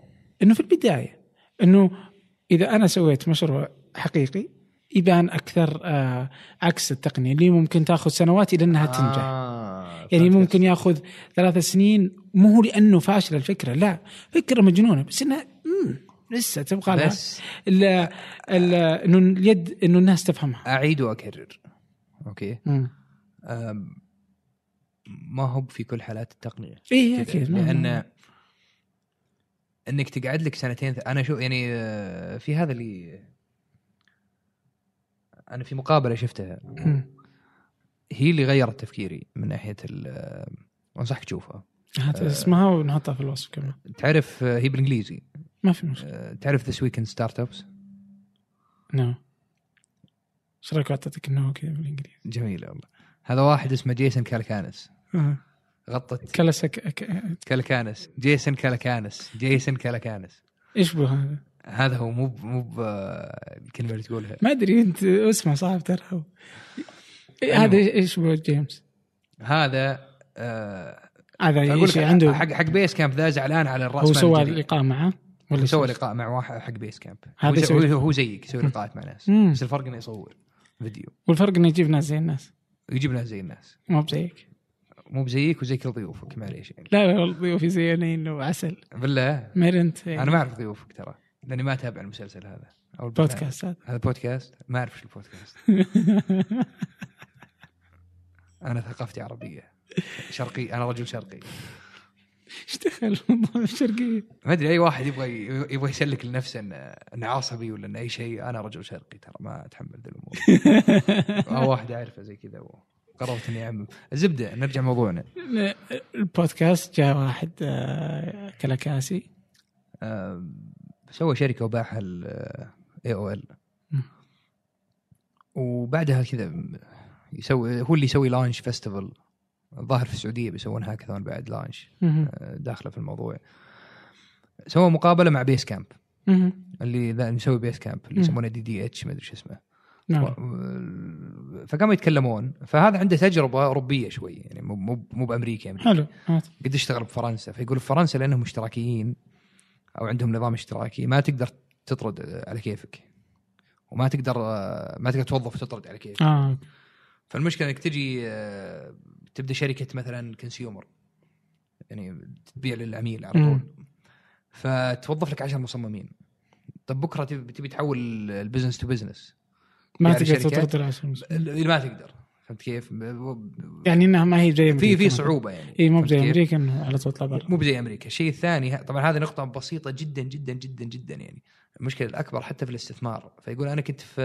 A: انه في البدايه انه اذا انا سويت مشروع حقيقي يبان اكثر آه عكس التقنيه اللي ممكن تاخذ سنوات الى انها تنجح.
B: آه،
A: يعني
B: فهمت
A: ممكن
B: قصدك.
A: ياخذ ثلاث سنين مو هو لانه فاشل الفكره لا فكره مجنونه بس انها مم، لسه تبغى لها
B: بس
A: ال- ال- انه اليد انه الناس تفهمها
B: اعيد واكرر اوكي
A: مم.
B: أم، ما هو في كل حالات التقنيه
A: اي
B: كذا.
A: اكيد مم.
B: لان انك تقعد لك سنتين ث- انا شو يعني آه، في هذا اللي انا في مقابله شفتها
A: مم.
B: هي اللي غيرت تفكيري من ناحيه ال آه، انصحك تشوفها
A: هات
B: آه.
A: اسمها ونحطها في الوصف كمان
B: تعرف آه، هي بالانجليزي
A: ما في مشكله
B: آه، تعرف ذس ويكند ستارت ابس
A: نعم ايش رايك اعطيتك انه كذا بالانجليزي؟
B: جميله والله هذا واحد اسمه جيسون كالكانس
A: آه.
B: غطت
A: كلسك أك...
B: كالكانس جيسون كالكانس جيسون كالكانس
A: ايش بو هذا؟
B: هذا هو مو ب- مو ب- آه، الكلمه اللي تقولها
A: ما ادري انت اسمه صعب ترى
B: أيوه.
A: إيه هذا ايش بو جيمس؟
B: هذا آه،
A: هذا
B: اقول
A: ايش
B: لك
A: عنده
B: حق حق بيس كامب ذا زعلان على الراس
A: يعني؟ هو سوى لقاء معه ولا
B: ولا سوى
A: شو؟
B: لقاء مع واحد حق بيس كامب
A: هذا
B: هو, ز-
A: يسوي-
B: هو, هو زيك يسوي لقاءات مع ناس
A: مم.
B: بس الفرق انه يصور فيديو
A: والفرق انه يجيب ناس زي الناس
B: يجيب ناس زي الناس
A: ما بزيك
B: مو بزيك وزي كل ضيوفك معليش يعني
A: لا لا ضيوفي زي انا انه عسل
B: بالله
A: مير انت
B: انا ما اعرف ضيوفك ترى لاني ما اتابع المسلسل هذا او البرنامج.
A: بودكاست هذا
B: هذا بودكاست ما اعرف شو البودكاست انا ثقافتي عربيه شرقي انا رجل شرقي
A: ايش دخل موضوع الشرقيه؟
B: ما ادري اي واحد يبغى يبغى يسلك لنفسه انه انه عصبي ولا انه اي شيء انا رجل شرقي ترى ما اتحمل ذي الامور او واحد اعرفه زي كذا وقررت اني اعمم الزبده نرجع موضوعنا
A: لا، البودكاست جاء واحد آه، كلاكاسي
B: آم، آه، سوى شركه وباعها الاي او ال
A: مم.
B: وبعدها كذا يسوي هو اللي يسوي لانش فيستيفال الظاهر في السعوديه بيسوون هاكاثون بعد لانش
A: مهم.
B: داخله في الموضوع سوى مقابله مع بيس كامب
A: مهم.
B: اللي ذا مسوي بيس كامب اللي
A: مم.
B: يسمونه دي دي اتش ما ادري شو اسمه
A: نعم
B: و- فقاموا يتكلمون فهذا عنده تجربه اوروبيه شوي يعني مو مو مو بامريكا أمريكا.
A: حلو هات.
B: قد اشتغل بفرنسا فيقول في فرنسا لانهم اشتراكيين او عندهم نظام اشتراكي ما تقدر تطرد على كيفك وما تقدر ما تقدر توظف تطرد على كيفك
A: اه
B: فالمشكله انك تجي آه، تبدا شركه مثلا كونسيومر يعني تبيع للعميل على
A: مم.
B: طول فتوظف لك 10 مصممين طب بكره تبي تبي تحول البزنس تو بزنس
A: ما
B: يعني
A: تقدر
B: شركات-
A: تطرد العسل
B: اللي ما تقدر فهمت كيف؟
A: يعني انها ما هي زي
B: في
A: أمريكا
B: في
A: مثلاً.
B: صعوبه يعني
A: اي مو
B: فهمت
A: زي
B: كيف؟
A: امريكا انه على طول طلع برا
B: مو زي امريكا، الشيء الثاني طبعا هذه نقطة بسيطة جدا جدا جدا جدا يعني المشكلة الأكبر حتى في الاستثمار فيقول أنا كنت في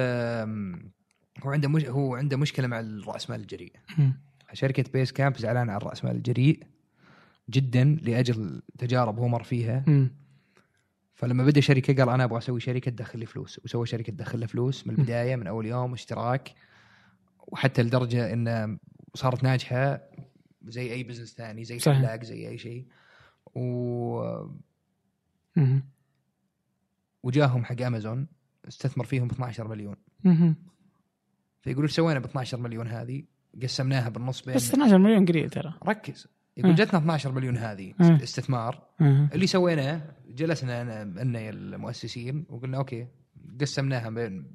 B: هو عنده مش... هو عنده مشكلة مع الرأس مال الجريء
A: مم.
B: شركة بيس كامب زعلان على الرأس مال الجريء جدا لأجل تجارب هو مر فيها
A: مم.
B: فلما بدا شركه قال انا ابغى اسوي شركه تدخل لي فلوس وسوى شركه تدخل له فلوس من البدايه من اول يوم اشتراك وحتى لدرجه ان صارت ناجحه زي اي بزنس ثاني زي
A: صحيح.
B: حلاق زي اي شيء و...
A: مم.
B: وجاهم حق امازون استثمر فيهم 12 مليون
A: مم.
B: فيقولوا ايش سوينا ب 12 مليون هذه قسمناها بالنص بين
A: بس 12 مليون قليل ترى
B: ركز
A: آه.
B: يقول جتنا 12 مليون هذه
A: آه.
B: استثمار
A: آه.
B: اللي سويناه جلسنا انا انا المؤسسين وقلنا اوكي قسمناها بين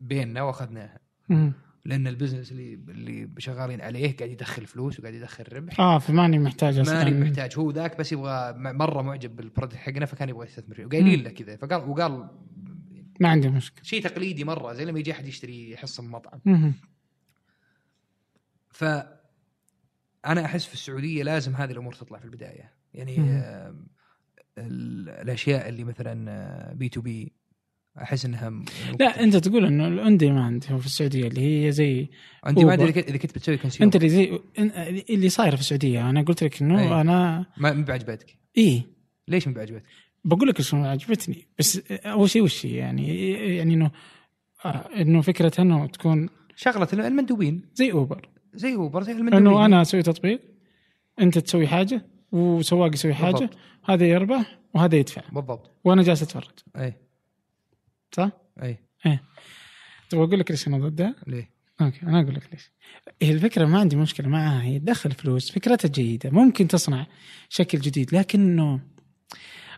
B: بيننا واخذناها
A: مم.
B: لان البزنس اللي اللي شغالين عليه قاعد يدخل فلوس وقاعد يدخل ربح
A: اه فماني محتاج اصلا
B: ماني محتاج هو ذاك بس يبغى م- مره معجب بالبرودكت حقنا فكان يبغى يستثمر فيه وقايلين له كذا فقال وقال
A: ما عندي مشكله
B: شيء تقليدي مره زي لما يجي احد يشتري حصه من مطعم
A: مهم.
B: ف انا احس في السعوديه لازم هذه الامور تطلع في البدايه يعني
A: مم.
B: آم، ال- الاشياء اللي مثلا بي تو بي احس انها م-
A: لا انت تقول انه الاون ديماند في السعوديه اللي هي زي
B: انت ما
A: أوبر.
B: ادري اذا كنت بتسوي كونسيوم
A: انت اللي زي إن- اللي صاير في السعوديه انا قلت لك انه
B: أي.
A: انا
B: ما ما بعجبتك
A: ايه
B: ليش ما بعجبتك؟
A: بقول لك شنو عجبتني بس اول شيء وش هي يعني يعني انه آه، انه فكره انه تكون
B: شغله المندوبين
A: زي اوبر
B: زي اوبر زي المندوبين
A: انه انا اسوي تطبيق انت تسوي حاجه وسواق يسوي حاجه
B: بالضبط.
A: هذا يربح وهذا يدفع
B: بالضبط
A: وانا جالس اتفرج
B: اي
A: صح؟
B: اي
A: تبغى اقول لك ليش انا ضدها؟
B: ليه؟
A: اوكي انا اقول لك ليش. هي الفكره ما عندي مشكله معها هي تدخل فلوس فكرتها جيده ممكن تصنع شكل جديد لكنه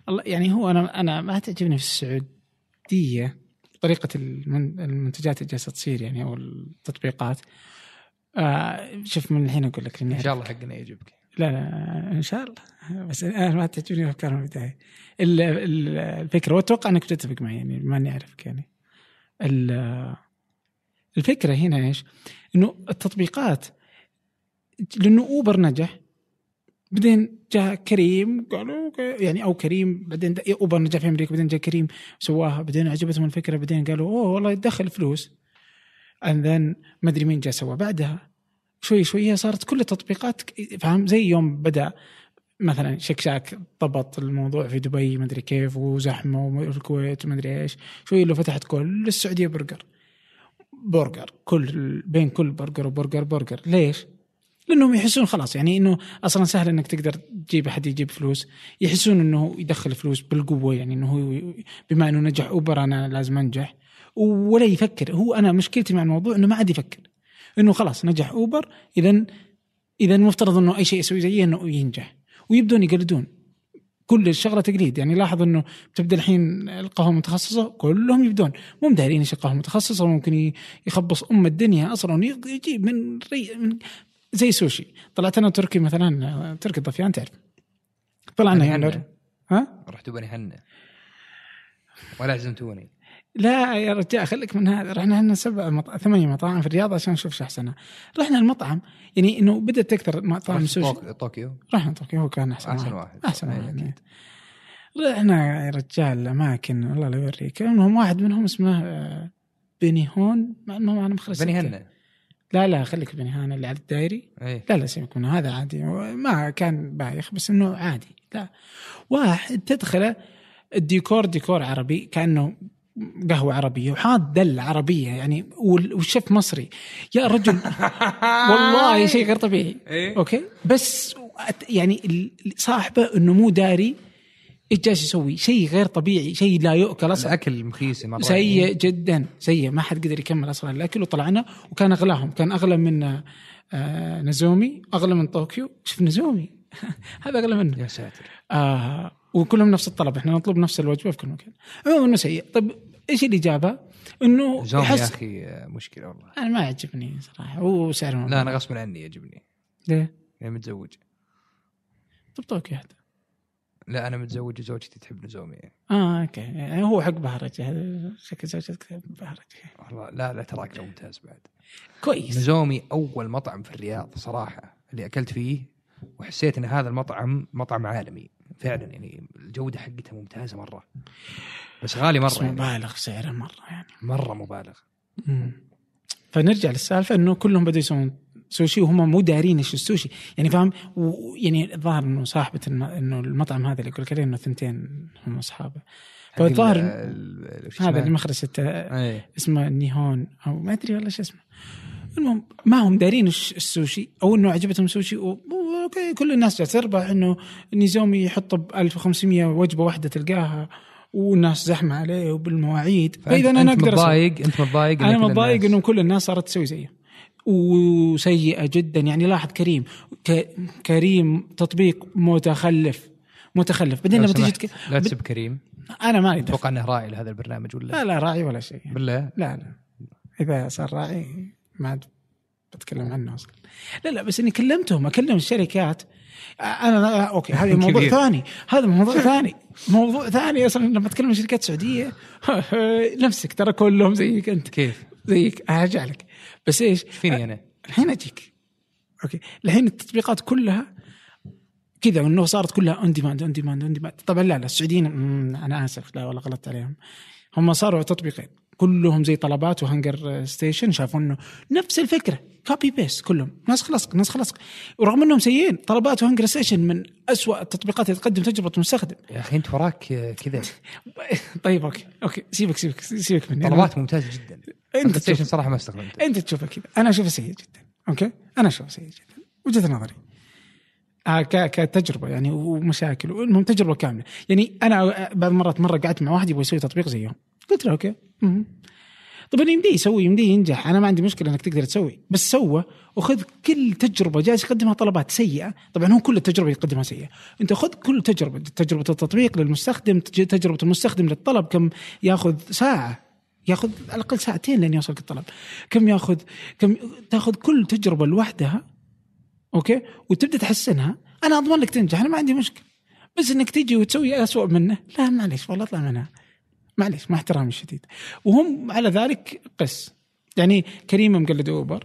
A: الله يعني هو انا انا ما تعجبني في السعوديه طريقه المن- المنتجات اللي جالسه تصير يعني او التطبيقات آه شوف من الحين اقول لك لأني
B: ان شاء الله حقنا يعجبك
A: لا لا ان شاء الله بس انا ما تعجبني افكار من البدايه ال- ال- الفكره واتوقع انك تتفق معي يعني ماني اعرفك يعني ال- الفكره هنا ايش؟ انه التطبيقات لانه اوبر نجح بعدين جاء كريم قالوا أوكي، يعني او كريم بعدين د- اوبر نجح في امريكا بعدين جاء كريم سواها بعدين عجبتهم الفكره بعدين قالوا اوه والله يدخل فلوس and then ما ادري مين جاء سوا بعدها شوي شوي هي صارت كل التطبيقات ك- فاهم زي يوم بدا مثلا شكشاك ضبط الموضوع في دبي ما ادري كيف وزحمه والكويت وما ادري ايش شوي لو فتحت كل السعوديه برجر برجر كل بين كل برجر وبرجر برجر ليش؟ لانهم يحسون خلاص يعني انه اصلا سهل انك تقدر تجيب احد يجيب فلوس يحسون انه يدخل فلوس بالقوه يعني انه هو بما انه نجح اوبر انا لازم انجح ولا يفكر هو انا مشكلتي مع الموضوع انه ما عاد يفكر انه خلاص نجح اوبر اذا اذا المفترض انه اي شيء يسوي زيه انه ينجح ويبدون يقلدون كل الشغله تقليد يعني لاحظ انه بتبدا الحين القهوه متخصصه كلهم يبدون مو مدارين ايش القهوه متخصصه ممكن ي- يخبص ام الدنيا اصلا ويق- يجيب من, ري من زي سوشي طلعت انا تركي مثلا تركي الضفيان تعرف طلعنا
B: يعني
A: يعني
B: هنا.
A: ها
B: رحت تبني هنا ولا عزمتوني
A: لا يا رجال خليك من هذا رحنا عندنا سبع مط... ثمانية مطاعم في الرياض عشان نشوف شو احسنها رحنا المطعم يعني انه بدات تكثر مطاعم
B: رحت
A: سوشي
B: طوك- طوكيو
A: رحنا طوكيو هو كان احسن
B: أحسن
A: واحد
B: واحد.
A: احسن
B: أي
A: واحد
B: أكيد.
A: أكيد. رحنا يا رجال اماكن الله لا يوريك المهم واحد منهم اسمه آه، بني هون مع انهم انا مخرج
B: بني
A: ستة.
B: هنا
A: لا لا خليك بني هان اللي على الدائري
B: ايه
A: لا لا سيبك منه هذا عادي ما كان بايخ بس انه عادي لا واحد تدخله الديكور ديكور عربي كانه قهوه عربيه وحاط دل عربيه يعني وال- والشيف مصري يا رجل والله شيء غير طبيعي
B: إيه.
A: اوكي بس أت- يعني ال- صاحبه انه مو داري ايش جالس يسوي شيء غير طبيعي شيء لا يؤكل اصلا
B: الاكل مخيس مره
A: سيء جدا سيء ما حد قدر يكمل اصلا الاكل وطلعنا وكان اغلاهم كان اغلى من آه، نزومي اغلى من طوكيو شوف نزومي هذا اغلى منه
B: يا ساتر
A: آه وكلهم نفس الطلب احنا نطلب نفس الوجبه في كل مكان عموما انه سيء طيب ايش الاجابه؟ انه
B: زوم يا
A: يحس-
B: اخي آه، مشكله والله
A: انا ما يعجبني صراحه وسعره
B: لا انا غصبا عني يعجبني
A: ليه؟
B: يعني متزوج
A: طب طوكيو هذا
B: لا انا متزوج وزوجتي تحب نزومي
A: اه اوكي يعني هو حق بهرجه هذا شكل زوجتك بهرجه
B: والله لا لا تراك لو ممتاز بعد
A: كويس
B: نزومي اول مطعم في الرياض صراحه اللي اكلت فيه وحسيت ان هذا المطعم مطعم عالمي فعلا يعني الجوده حقتها ممتازه مره بس غالي
A: بس
B: مره يعني
A: مبالغ في سعره مره يعني
B: مره مبالغ
A: مم. فنرجع للسالفه انه كلهم بدوا يسوون سوشي وهم مو دارين ايش السوشي يعني فاهم و- يعني الظاهر انه صاحبه الم... انه المطعم هذا اللي يقول لك عليه انه ثنتين هم اصحابه
B: حق
A: فالظاهر
B: ال- ال- وش
A: طيب، هذا
B: اسمه؟
A: اللي مخرج ستة
B: ايه
A: اسمه نيهون او ما ادري والله شو اسمه المهم ما هم دارين ايش السوشي او انه عجبتهم سوشي و... و- اوكي كل الناس جالسه تربح انه نيزومي يحط ب 1500 وجبه واحده تلقاها والناس زحمه عليه وبالمواعيد
B: فاذا
A: فاذا انا اقدر طيب، أسوي.
B: متضايق انت متضايق إن
A: انا
B: كل
A: متضايق
B: الناس-
A: انه كل الناس صارت تسوي زيه وسيئه جدا يعني لاحظ كريم ك... كريم تطبيق متخلف متخلف بعدين
B: لو
A: لما تجي
B: سمحت،
A: تك...
B: لا تسب كريم
A: انا مالي دخل
B: اتوقع انه راعي لهذا البرنامج ولا
A: لا لا راعي ولا شيء يعني.
B: بالله
A: لا لا اذا صار راعي ما عاد بتكلم عنه اصلا لا لا بس اني كلمتهم اكلم الشركات انا اوكي هذا موضوع
B: كبير.
A: ثاني هذا موضوع ثاني موضوع ثاني اصلا لما اتكلم عن شركات سعوديه نفسك ترى كلهم زيك انت
B: كيف؟
A: زيك ارجع لك بس ايش؟
B: فيني انا
A: الحين اجيك اوكي الحين التطبيقات كلها كذا انه صارت كلها اون ديماند اون ديماند اون ديماند طبعا لا لا السعوديين أمم، انا اسف لا والله غلطت عليهم هم صاروا تطبيقين كلهم زي طلبات وهنجر ستيشن شافوا انه نفس الفكره كوبي بيست كلهم نسخ لصق نسخ لصق ورغم انهم سيئين طلبات وهنجر ستيشن من أسوأ التطبيقات اللي تقدم تجربه المستخدم
B: يا اخي انت وراك آه، كذا
A: طيب اوكي اوكي سيبك سيبك سيبك مني
B: طلبات ممتازه جدا
A: انت
B: بلاي ستيشن
A: تشوف
B: صراحه ما استخدمته
A: انت تشوفه كذا انا اشوفه سيء جدا اوكي انا اشوفه سيء جدا وجهه نظري آه، ك- كتجربه يعني ومشاكل المهم تجربه كامله يعني انا بعض المرات مره قعدت مع واحد يبغى يسوي تطبيق زيهم قلت له اوكي مهم. طبعا طيب يمديه يسوي يمديه ينجح انا ما عندي مشكله انك تقدر تسوي بس سوى وخذ كل تجربه جالس يقدمها طلبات سيئه طبعا هو كل التجربه يقدمها سيئه انت خذ كل تجربه تجربه التطبيق للمستخدم تج- تجربه المستخدم للطلب كم ياخذ ساعه ياخذ على الاقل ساعتين لين يوصلك الطلب كم ياخذ كم تاخذ كل تجربه لوحدها اوكي وتبدا تحسنها انا اضمن لك تنجح انا ما عندي مشكله بس انك تيجي وتسوي أسوأ منه لا معليش والله اطلع منها معليش مع احترامي الشديد وهم على ذلك قس يعني كريم مقلد اوبر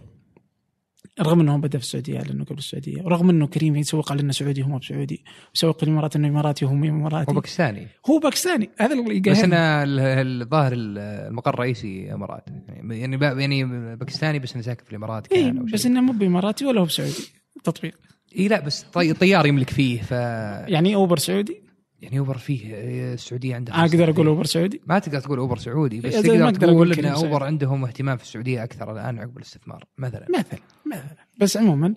A: رغم انه بدا في السعوديه لانه قبل السعوديه رغم انه كريم يسوق على انه سعودي هو بسعودي ويسوق الامارات انه اماراتي هم اماراتي
B: هو باكستاني
A: هو باكستاني هذا اللي
B: بس
A: يقهرني.
B: انا ال- ال- الظاهر ال- المقر الرئيسي امارات يعني يعني, با- يعني باكستاني بس انه ساكن في الامارات كان
A: اي
B: أو شيء.
A: إيه، بس انه مو باماراتي ولا هو بسعودي تطبيق
B: اي لا بس طي- طيار يملك فيه ف
A: يعني اوبر سعودي
B: يعني اوبر فيه آه، السعوديه عندها
A: اقدر اقول اوبر سعودي
B: ما تقدر تقول اوبر سعودي بس
A: إذا ما
B: تقدر
A: أقدر أقول
B: تقول ان
A: كلمة
B: اوبر
A: سعودي.
B: عندهم اهتمام في السعوديه اكثر الان عقب الاستثمار مثلا
A: مثلا مثلا بس عموما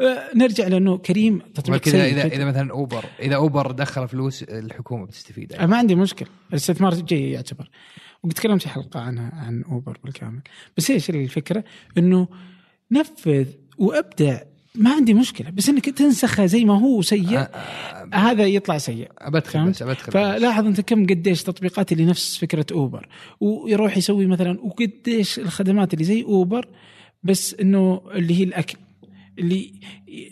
A: آه، نرجع لانه كريم تطبيق
B: وكذا
A: سيء
B: اذا
A: جداً.
B: اذا مثلا اوبر اذا اوبر دخل فلوس الحكومه بتستفيد يعني.
A: ما عندي مشكله الاستثمار جيد يعتبر وقد تكلمت في حلقه عنها عن اوبر بالكامل بس ايش الفكره انه نفذ وابدع ما عندي مشكله بس انك تنسخه زي ما هو سيء
B: آه، آه،
A: هذا يطلع سيء
B: ابدخل
A: فهمت؟
B: بس ابدخل بس.
A: فلاحظ انت كم قديش تطبيقات اللي نفس فكره اوبر ويروح يسوي مثلا وقديش الخدمات اللي زي اوبر بس انه اللي هي الاكل اللي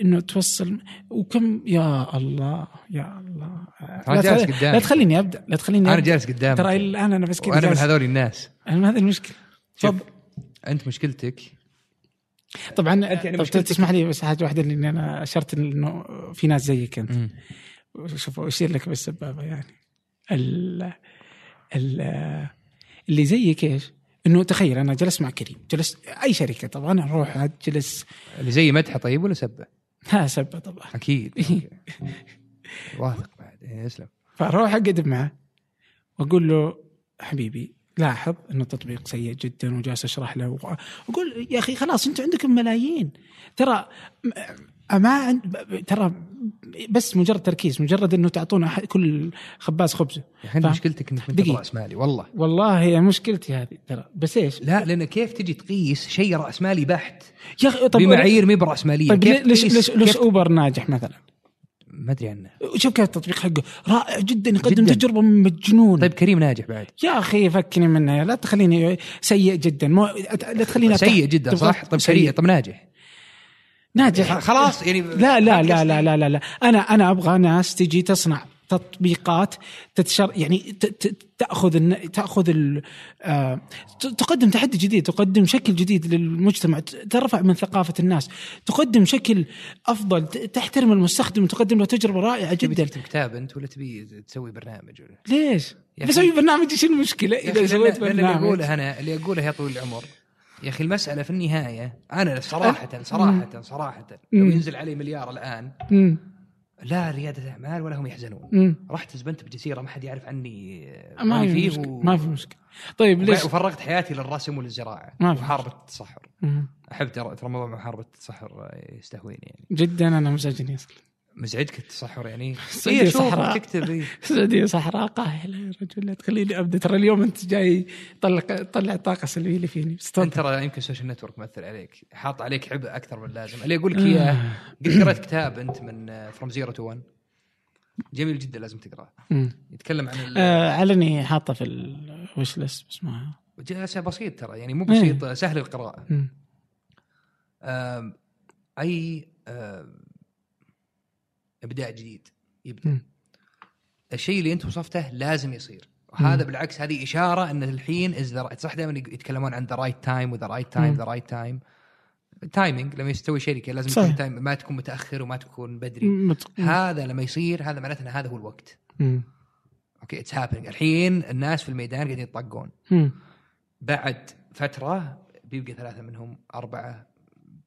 A: انه توصل وكم يا الله يا الله لا,
B: جالس
A: تخلي-
B: قدامي.
A: لا تخليني ابدا لا تخليني
B: انا
A: أبدأ.
B: جالس قدامك
A: يعني ترى الان انا بس كذا
B: وانا من
A: جالس-
B: هذول الناس
A: انا هذه المشكله
B: شوف.
A: طب
B: انت مشكلتك
A: طبعا
B: أنت يعني
A: طب
B: مشكلتك-
A: تسمح لي بس حاجه واحده لاني انا اشرت انه في ناس زيك انت شوف اشير لك بالسبابه يعني ال ال اللي زيك ايش؟ انه تخيل انا جلست مع كريم جلست اي شركه طبعا نروح جلس
B: اللي زي مدح طيب ولا سبه؟
A: ها سبه طبعا
B: اكيد
A: إيه.
B: واثق بعد إيه، اسلم
A: فاروح اقعد معه واقول له حبيبي لاحظ انه التطبيق سيء جدا وجالس اشرح له وق- اقول يا اخي خلاص انتم عندكم ملايين ترى م- ما عند ب- ترى بس مجرد تركيز مجرد انه تعطونا أحد- كل خباز خبزه
B: يا أخي انت
A: فاهم؟
B: مشكلتك انك انت
A: دقيقة.
B: راس مالي والله
A: والله هي مشكلتي هذه ترى بس ايش؟
B: لا لان كيف تجي تقيس شيء راس مالي بحت
A: يا اخي طب
B: بمعايير مي براس ماليه
A: طيب
B: كيف
A: ليش
B: تقيس-
A: ليش ليش
B: كيف-
A: اوبر ناجح مثلا؟
B: ما ادري عنه
A: شوف كيف التطبيق حقه رائع جدا يقدم
B: جداً.
A: تجربه مجنونه
B: طيب كريم ناجح بعد
A: يا اخي فكني منه لا تخليني سيء جدا مو لا تخليني أفتح.
B: سيء جدا
A: تبغى-
B: صح؟ طيب
A: سيء
B: سريع طب ناجح
A: ناجح
B: خلاص يعني
A: لا لا لا لا لا لا, لا. انا انا ابغى ناس تجي تصنع تطبيقات تتشر يعني ت- ت- تاخذ الن- تاخذ ال... آه، ت- تقدم تحدي جديد تقدم شكل جديد للمجتمع ت- ترفع من ثقافه الناس تقدم شكل افضل ت- تحترم المستخدم وتقدم له تجربه رائعه
B: تبي
A: جدا
B: تكتب كتاب انت ولا تبي تسوي برنامج ولا
A: ليش
B: يا أخي-
A: بسوي برنامج ايش المشكله
B: يا أخي
A: اذا سويت
B: لأن- لأن اللي
A: برنامج
B: اقوله انا اللي اقوله يا طويل العمر يا اخي المساله في النهايه انا صراحه صراحه صراحه لو
A: أه؟ مم.
B: ينزل علي مليار الان
A: امم
B: لا رياده اعمال ولا هم يحزنون
A: امم
B: رحت زبنت بجزيره ما حد يعرف عني
A: ما
B: وين
A: في
B: فيه
A: مشكله
B: و-
A: ما في مشكله طيب ليش
B: وفرغت حياتي للرسم وللزراعه
A: ما في
B: محاربه التصحر
A: مم.
B: احب ترى ترى موضوع محاربه التصحر يستهويني يعني
A: جدا انا مزعجني اصلا
B: مزعجك التصحر يعني
A: صدق
B: اي اشوفك
A: صحراء.
B: تكتب إيه.
A: السعوديه صحراء قاهله يا رجل لا تخليني ابدا ترى اليوم انت جاي طلع طلع طاقه سلبيه اللي فيني بس
B: انت
A: تفضل.
B: ترى يمكن سوشيال نتورك مثل عليك حاط عليك عبء اكثر من اللازم اللي
A: آه.
B: اقول لك اياه قد قريت كتاب انت من آه، فروم زيرو تو 1 جميل جدا لازم تقراه
A: مم.
B: يتكلم عن ال-
A: آه علني حاطه في الوش ليست بس ما
B: جلسه بسيط ترى يعني مو بسيط
A: إيه.
B: سهل القراءه
A: مم.
B: آم، اي آم، ابداع جديد يبدا
A: مم.
B: الشيء اللي انت وصفته لازم يصير وهذا
A: مم.
B: بالعكس هذه اشاره ان الحين از صح دائما يتكلمون عن ذا رايت تايم وذا رايت
A: مم.
B: تايم ذا رايت تايم التايمينج لما يستوي شركه لازم
A: صحيح.
B: يكون تايم ما تكون متاخر وما تكون بدري
A: مت-
B: هذا لما يصير هذا معناته ان هذا هو الوقت
A: مم.
B: اوكي اتس هابينج الحين الناس في الميدان قاعدين يطقون
A: مم.
B: بعد فتره بيبقى ثلاثه منهم اربعه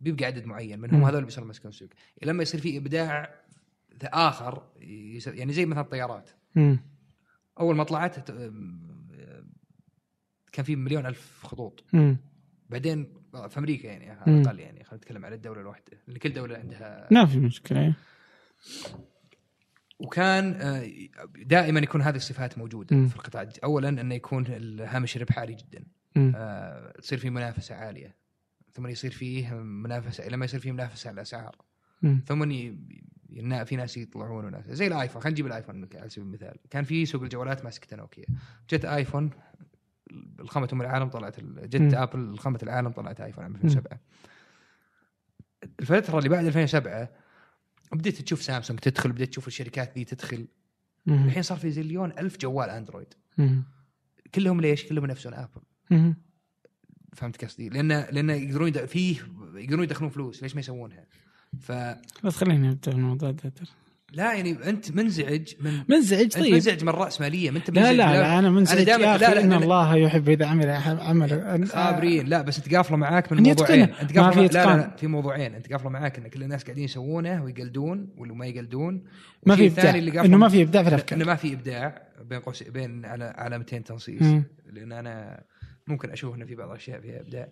B: بيبقى عدد معين منهم
A: مم.
B: هذول اللي بيصيروا ماسكين السوق لما يصير في ابداع ذ- اخر يصير- يعني زي مثلا الطيارات
A: مم.
B: اول ما طلعت ت- أم- كان في مليون الف خطوط
A: مم.
B: بعدين في امريكا يعني على
A: مم.
B: الاقل يعني خلينا نتكلم على الدوله الواحده لان كل دوله عندها
A: ما في مشكله
B: وكان آه، دائما يكون هذه الصفات موجوده
A: مم.
B: في القطاع الج- اولا انه يكون الهامش الربح عالي جدا
A: مم.
B: آه، تصير في منافسه عاليه ثم يصير فيه منافسه لما يصير فيه منافسه على الاسعار
A: مم.
B: ثم ي- ي- في ناس يطلعون وناس زي الايفون خلينا نجيب الايفون على سبيل المثال كان في سوق الجوالات ماسكه نوكيا جت ايفون الخامة ام العالم طلعت ال- جت
A: مم.
B: ابل الخامة العالم طلعت ايفون عام 2007 الفترة اللي بعد 2007 بديت تشوف سامسونج تدخل بديت تشوف الشركات ذي تدخل
A: مم.
B: الحين صار في زليون ألف جوال اندرويد
A: مم.
B: كلهم ليش؟ كلهم ينافسون ابل
A: مم.
B: فهمت قصدي؟ لانه لانه يقدرون يد... فيه يقدرون يدخلون فلوس ليش ما يسوونها؟ ف
A: لا تخليني ابدا في الموضوع ده ترى.
B: لا يعني انت منزعج من
A: منزعج
B: انت
A: طيب
B: منزعج من الراسماليه ما انت
A: لا لا,
B: منزعج
A: لا انا منزعج
B: دائما-
A: يا اخي
B: لا، لا،
A: ان
B: أنا-
A: الله يحب اذا عمل عمل
B: خابرين لا بس انت قافله معاك من
A: أن
B: موضوعين
A: يتقنه.
B: انت
A: ما
B: قافله
A: في
B: لا, لا, لا
A: إتقان.
B: في موضوعين انت قافله معاك ان كل الناس قاعدين يسوونه ويقلدون ولا ما يقلدون
A: ما في
B: والشيء الثاني
A: ابداع انه ما في ابداع في
B: انه
A: الافكار
B: ما في ابداع بين قوس بين على علامتين تنصيص
A: مم.
B: لان انا ممكن اشوف انه في بعض الاشياء فيها ابداع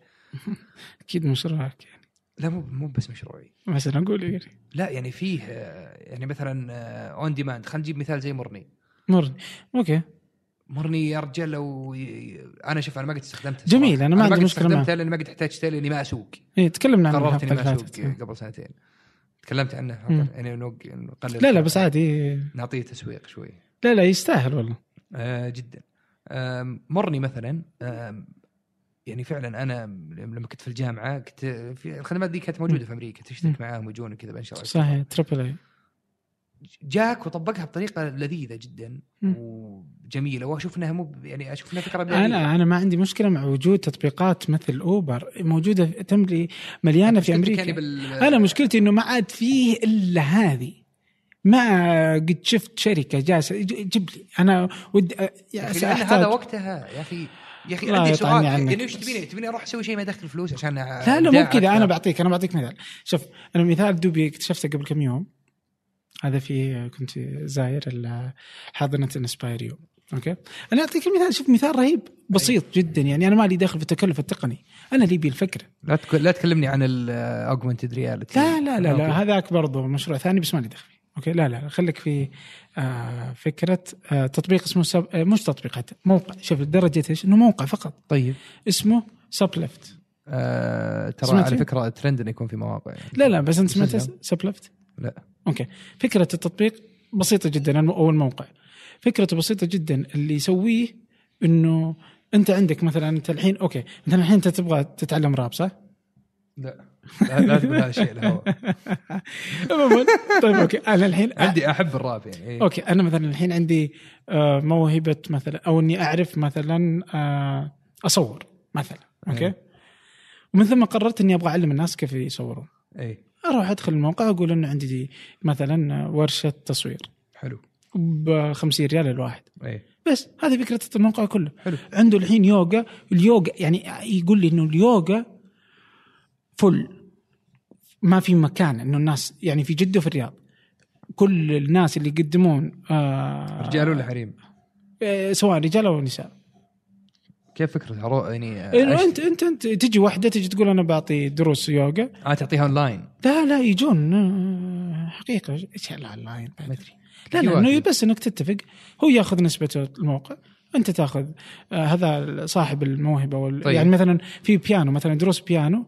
A: اكيد مشروعك يعني
B: لا مو مو بس مشروعي
A: مثلا قول إيه.
B: لا يعني فيه آه، يعني مثلا اون ديماند خلينا نجيب مثال زي مرني
A: مر اوكي
B: مرني يا رجال لو ي- انا شوف انا ما قد استخدمته
A: جميل،
B: صراحة.
A: أنا ما عندي
B: قد
A: مشكلة معه.
B: استخدمته لاني ما قد احتاجته لاني ما اسوق
A: اي إيه، تكلمنا عن
B: قررت اني
A: الحلقة
B: ما
A: اللي فاتت.
B: اسوق قبل سنتين تكلمت عنه
A: مم.
B: يعني نوق- نقلل
A: لا لا بس عادي
B: نعطيه تسويق شوي
A: لا لا يستاهل والله
B: آه جدا آم، مرني مثلا آم، يعني فعلا انا لما كنت في الجامعه كنت في الخدمات دي كانت موجوده في امريكا
A: مم.
B: تشترك معاهم ويجون وكذا بنشر
A: صحيح تربل اي
B: جاك وطبقها بطريقه لذيذه جدا
A: مم.
B: وجميله واشوف انها مو يعني اشوف انها فكره بدائية.
A: انا انا ما عندي مشكله مع وجود تطبيقات مثل اوبر موجوده في- تملي مليانه في
B: مشكلتك
A: امريكا
B: يعني بال...
A: انا مشكلتي انه ما عاد فيه الا هذه ما قد شفت شركه جالسه ج- جيب لي انا ودي أ-
B: يا
A: يا
B: اخي
A: أسا
B: لأن يعني هذا
A: أحتاج-
B: وقتها يا اخي يا اخي
A: الله
B: عندي
A: يطعني
B: سؤال
A: عنك.
B: يعني وش تبيني؟ تبيني اروح اسوي شيء ما يدخل فلوس عشان
A: لا لا مو كذا انا بعطيك انا بعطيك مثال شوف انا مثال دوبي اكتشفته قبل كم يوم هذا في كنت زاير ال- حاضنه انسبايريو اوكي انا اعطيك مثال شوف مثال رهيب بسيط جدا يعني انا مالي دخل في التكلف التقني انا لي بي الفكره
B: لا تك... لا تكلمني عن آه، الاوجمنتد رياليتي
A: لا لا لا, لا هذاك برضو مشروع ثاني بس ما لي دخل فيه اوكي لا لا خليك في آه فكره آه تطبيق اسمه سب... آه مش تطبيقات موقع شوف لدرجه ايش انه موقع فقط
B: طيب
A: اسمه سب ليفت
B: آه ترى
A: سمعت
B: على
A: فيه؟
B: فكره ترند انه يكون في مواقع يعني.
A: لا لا بس انت سمعت
B: سجل.
A: سب ليفت
B: لا
A: اوكي فكره التطبيق بسيطه جدا الم- او الموقع فكرته بسيطه جدا اللي يسويه انه انت عندك مثلا انت الحين اوكي انت الحين انت تبغى تتعلم راب صح؟
B: لا لا, لا تقول هذا الشيء الهواء.
A: عموما طيب اوكي انا الحين
B: عندي احب الراب يعني إيه.
A: اوكي انا مثلا الحين عندي آه، موهبه مثلا او اني اعرف مثلا آه، اصور مثلا اوكي
B: أي.
A: ومن ثم قررت اني ابغى اعلم الناس كيف يصورون
B: ايه
A: اروح ادخل الموقع اقول انه عندي دي مثلا ورشه تصوير
B: حلو
A: ب 50 ريال الواحد
B: ايه
A: بس هذه فكره الموقع كله
B: حلو
A: عنده الحين يوغا اليوغا يعني يقول لي انه اليوغا فل ما في مكان انه الناس يعني في جده وفي الرياض كل الناس اللي يقدمون آه
B: رجال ولا حريم
A: آه، سواء رجال او نساء
B: كيف فكرة رو- يعني آه،
A: إنه
B: عشت-
A: انت انت انت تجي واحده تجي تقول انا بعطي دروس يوغا
B: اه تعطيها اونلاين
A: لا لا يجون آه، حقيقه ايش على اللاين
B: ما ادري
A: لا لا
B: يواكب.
A: انه بس انك تتفق هو ياخذ نسبته الموقع انت تاخذ آه هذا صاحب الموهبه وال...
B: طيب.
A: طيب. يعني مثلا في بيانو مثلا دروس بيانو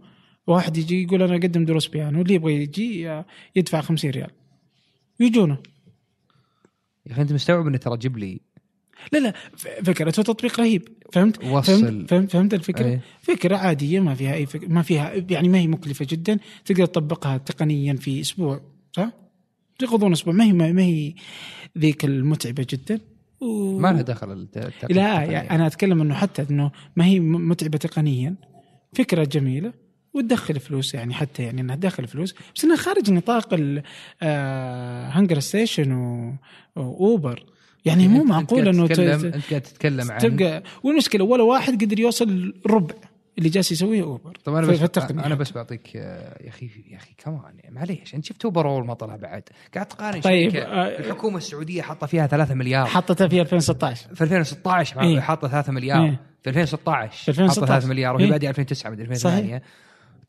A: واحد يجي يقول انا اقدم دروس بيانو اللي يبغى يجي آه، يدفع 50 ريال يجونه
B: يا اخي انت مستوعب انه ترى جيب لي
A: لا لا ف- فكرته تطبيق رهيب فهمت؟
B: وصل.
A: فهمت فهمت, فهمت الفكره؟
B: أي.
A: أيه. فكره عاديه ما فيها اي فك... ما فيها يعني ما هي مكلفه جدا تقدر تطبقها تقنيا في اسبوع صح؟ تاخذون اسبوع ما هي ما هي ذيك المتعبه جدا و...
B: ما لها دخل الت- التقنية.
A: لا يعني انا اتكلم انه حتى انه ما هي م- متعبه تقنيا فكره جميله وتدخل فلوس يعني حتى يعني انها تدخل فلوس بس انها خارج نطاق ال- آه، هنجر ستيشن و- واوبر يعني
B: يعني
A: مو
B: أنت- أنت
A: معقول
B: قاعد
A: انه ت-
B: تتكلم-
A: ت-
B: انت قاعد تتكلم عن
A: تبقى والمشكله ولا واحد قدر يوصل ربع اللي جالس يسويه اوبر
B: طبعا انا
A: في-
B: بس
A: في التقنية
B: انا بس بعطيك آه، يا اخي يا اخي كمان يعني، معليش انت شفت اوبر اول ما طلع بعد قاعد تقارن
A: طيب،
B: شركة
A: آه،
B: الحكومه السعوديه حاطه فيها 3 مليار
A: حطتها في 2016
B: في 2016 مع-
A: إيه.
B: حاطه 3 مليار
A: إيه.
B: في 2016 حاطه
A: 2016.
B: 3 مليار وهي
A: إيه.
B: باديه 2009 مدري 2008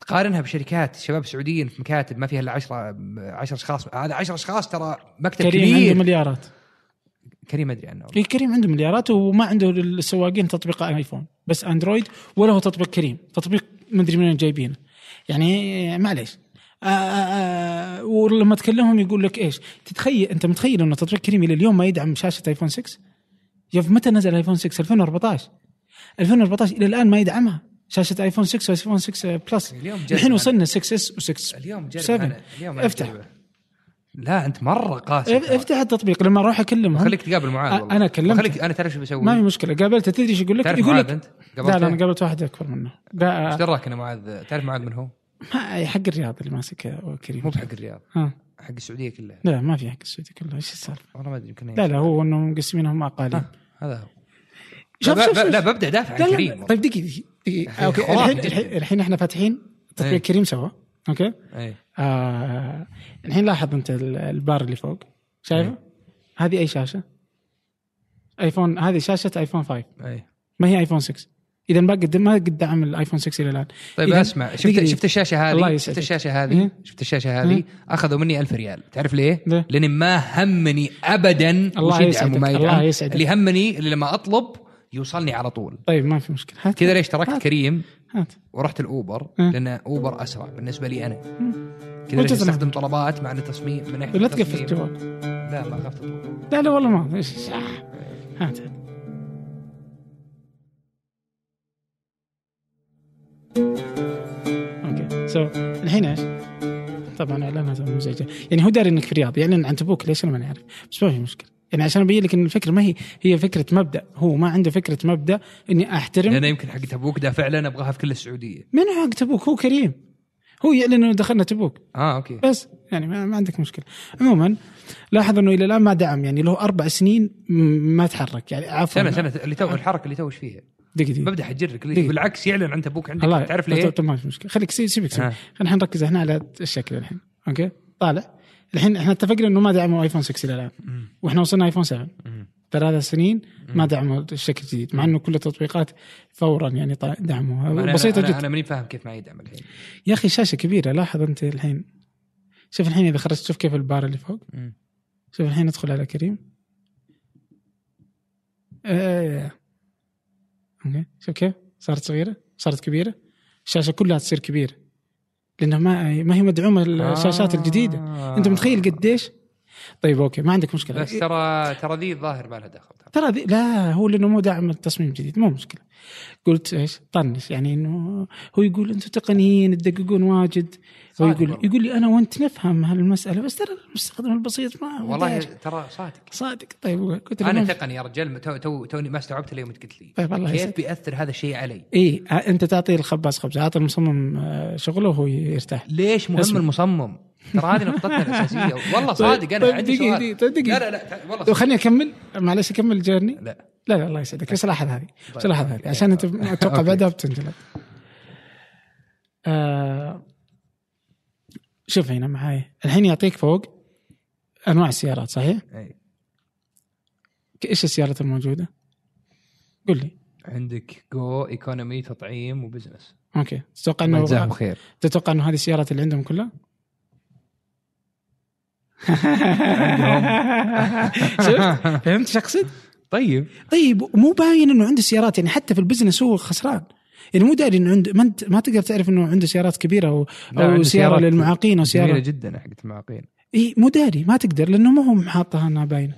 B: تقارنها بشركات شباب سعوديين في مكاتب ما فيها الا 10 10 اشخاص هذا 10 اشخاص ترى مكتب
A: كريم عنده
B: كبير
A: مليارات
B: كريم ما ادري عنه
A: إيه كريم عنده مليارات وما عنده السواقين تطبيق ايفون بس اندرويد ولا هو تطبيق كريم تطبيق مدري منين جايبينه يعني معليش آه، آه، آه، ولما تكلمهم يقول لك ايش تتخيل انت متخيل انه تطبيق كريم الى اليوم ما يدعم شاشه ايفون 6 يا أخي متى نزل ايفون 6 2014 2014 الى الان ما يدعمها شاشه ايفون 6 وايفون 6 بلس
B: اليوم جاي
A: الحين
B: معنا.
A: وصلنا 6 اس و6
B: اليوم جرب
A: سبعة.
B: أنا- اليوم أنا
A: افتح.
B: جربه. لا انت مره قاسي
A: اف- افتح التطبيق لما اروح اكلمهم
B: خليك تقابل معاذ والله
A: أنا كلمته.
B: خليك انا تعرف شو بسوي
A: ما في مشكله قابلته تدري شو يقول لك
B: تعرف
A: يقول
B: معاذ
A: لك
B: انت
A: لا لا
B: قابلته؟ إيه؟
A: انا قابلت واحد اكبر منه
B: ايش
A: لا
B: دراك انا معاذ تعرف معاذ من هو؟
A: ما حق الرياض اللي ماسك أبو كريم
B: مو بحق الرياض
A: ها
B: حق السعوديه كلها
A: لا ما في حق السعوديه كلها ايش السالفه؟
B: والله ما ادري يمكن هي.
A: لا لا هو انهم مقسمينهم اقاليم
B: ها، هذا هو
A: شوف
B: لا,
A: شوف
B: لا,
A: شوف
B: لا ببدا دافع عن
A: لا، لا،
B: كريم والله.
A: طيب دقيقة دقيقة- دقيقة
B: أخي،
A: اوكي
B: خرافي
A: الحين
B: جدا.
A: الحين- الحين احنا فاتحين تطبيق
B: إيه.
A: كريم سوا اوكي
B: إيه.
A: آه الحين لاحظ انت ال- البار اللي فوق شايفه؟
B: إيه.
A: هذه اي شاشة؟ ايفون هذه شاشة ايفون 5
B: اي
A: ما هي ايفون 6 اذا ما قد ما قد دعم الايفون 6 الى الان
B: طيب
A: إذا-
B: اسمع شفت
A: دقيقة.
B: شفت الشاشه
A: الله
B: هذه شفت
A: يسعدك.
B: الشاشه هذه
A: إيه.
B: شفت الشاشه هذه اخذوا مني 1000 ريال تعرف ليه؟
A: ليه؟
B: لاني ما همني ابدا
A: الله
B: وش يدعم
A: يسعدك،
B: وما
A: الله
B: يدعم
A: يسعدك.
B: اللي همني اللي لما اطلب يوصلني على طول
A: طيب ما في مشكلة هات
B: كذا ليش تركت كريم
A: هات
B: ورحت الاوبر
A: إيه.
B: لان اوبر اسرع بالنسبه لي انا كذا
A: وجزء
B: ليش استخدم طلبات مع التصميم من ناحيه
A: لا
B: التصميم.
A: تقفل الجوال
B: لا ما خفت أطلب.
A: لا لا والله ما إيش- آه. هات هات اوكي سو الحين ايش؟ طبعا اعلانات مزعجه يعني هو داري انك في الرياض يعلن عن تبوك ليش انا ما نعرف بس ما في مشكله يعني عشان ابين لك ان الفكره ما هي هي فكره مبدا هو ما عنده فكره مبدا اني احترم
B: لان يمكن حق تبوك ده فعلا ابغاها في كل السعوديه
A: من هو حق تبوك هو كريم هو يعلن انه دخلنا تبوك
B: اه اوكي
A: بس يعني ما, ما عندك مشكله عموما لاحظ انه الى الان ما دعم يعني له اربع سنين م- ما تحرك يعني عفوا
B: سنه سنه اللي تو الحركه اللي تو ايش فيها
A: دقيقه دقيقه
B: مبدا حجرك ليش
A: دقيقة.
B: بالعكس يعلن عن تبوك عندك
A: إيه. الله
B: تعرف ليه؟
A: طيب ما في مشكله خليك سي- سيبك سيبك
B: آه.
A: خلينا الحين نركز هنا على الشكل الحين اوكي طالع الحين احنا اتفقنا انه ما دعموا ايفون 6 الى الان
B: مم.
A: واحنا وصلنا ايفون 7
B: مم.
A: ثلاث سنين ما دعموا الشكل الجديد مع انه كل التطبيقات فورا يعني طا-
B: أنا- أنا-
A: دعموها بسيطه
B: أنا-
A: جدا
B: انا ماني فاهم كيف ما يدعم الحين
A: يا اخي شاشه كبيره لاحظ انت الحين شوف الحين اذا خرجت شوف كيف البار اللي فوق
B: مم.
A: شوف الحين ادخل على كريم آه. اوكي شوف كيف صارت صغيره صارت كبيره الشاشه كلها تصير كبيره لانها ما ما هي مدعومه الشاشات
B: آه.
A: الجديده انت متخيل قديش طيب اوكي ما عندك مشكله
B: بس ترى ترى ذي الظاهر ما لها دخل ترى
A: ترى ذي- لا هو لانه مو دعم التصميم الجديد مو مشكله قلت ايش طنش يعني انه هو يقول انتم تقنيين تدققون واجد هو
B: صادق
A: يقول
B: والله.
A: يقول لي انا وانت نفهم هالمساله بس ترى المستخدم البسيط ما
B: والله
A: يحتاج.
B: ترى صادق
A: صادق طيب قلت له
B: انا
A: ما في-
B: تقني يا رجال تو تو توني ما استوعبت اليوم قلت لي
A: طيب الله
B: كيف
A: يسعدك
B: بياثر هذا الشيء علي؟
A: اي انت تعطي الخباز خبزه اعطي المصمم آه، شغله وهو يرتاح
B: ليش مهم
A: اسمع.
B: المصمم؟ ترى هذه نقطتنا الاساسيه والله صادق
A: طيب
B: انا عندي
A: دقيقة-
B: سؤال
A: دقيقة- دقيقة.
B: لا لا لا ت- والله
A: لو
B: صادق.
A: طيب، خليني اكمل معلش اكمل جيرني
B: لا
A: لا لا الله يسعدك بس لاحظ هذه بس
B: طيب.
A: لاحظ هذه عشان انت اتوقع
B: أوكي.
A: بعدها بتنجلط آه شوف هنا معاي الحين يعطيك فوق انواع السيارات صحيح؟
B: إيه.
A: ك- ايش السيارات الموجوده؟ قل لي
B: عندك جو ايكونومي تطعيم وبزنس
A: اوكي تتوقع
B: الله يجزاهم
A: انه
B: خير
A: تتوقع انه هذه السيارات اللي عندهم كلها؟ شفت؟ فهمت ايش اقصد؟
B: طيب
A: طيب مو باين انه عنده سيارات يعني حتى في البزنس هو خسران يعني مو داري انه عنده ما, انت ما تقدر تعرف انه عنده سيارات كبيره او,
B: لا،
A: أو
B: عنده
A: سياره
B: سيارات
A: للمعاقين او
B: جميله
A: سياره
B: جدا حقت المعاقين
A: اي مو داري ما تقدر لانه ما هو حاطها انها باينه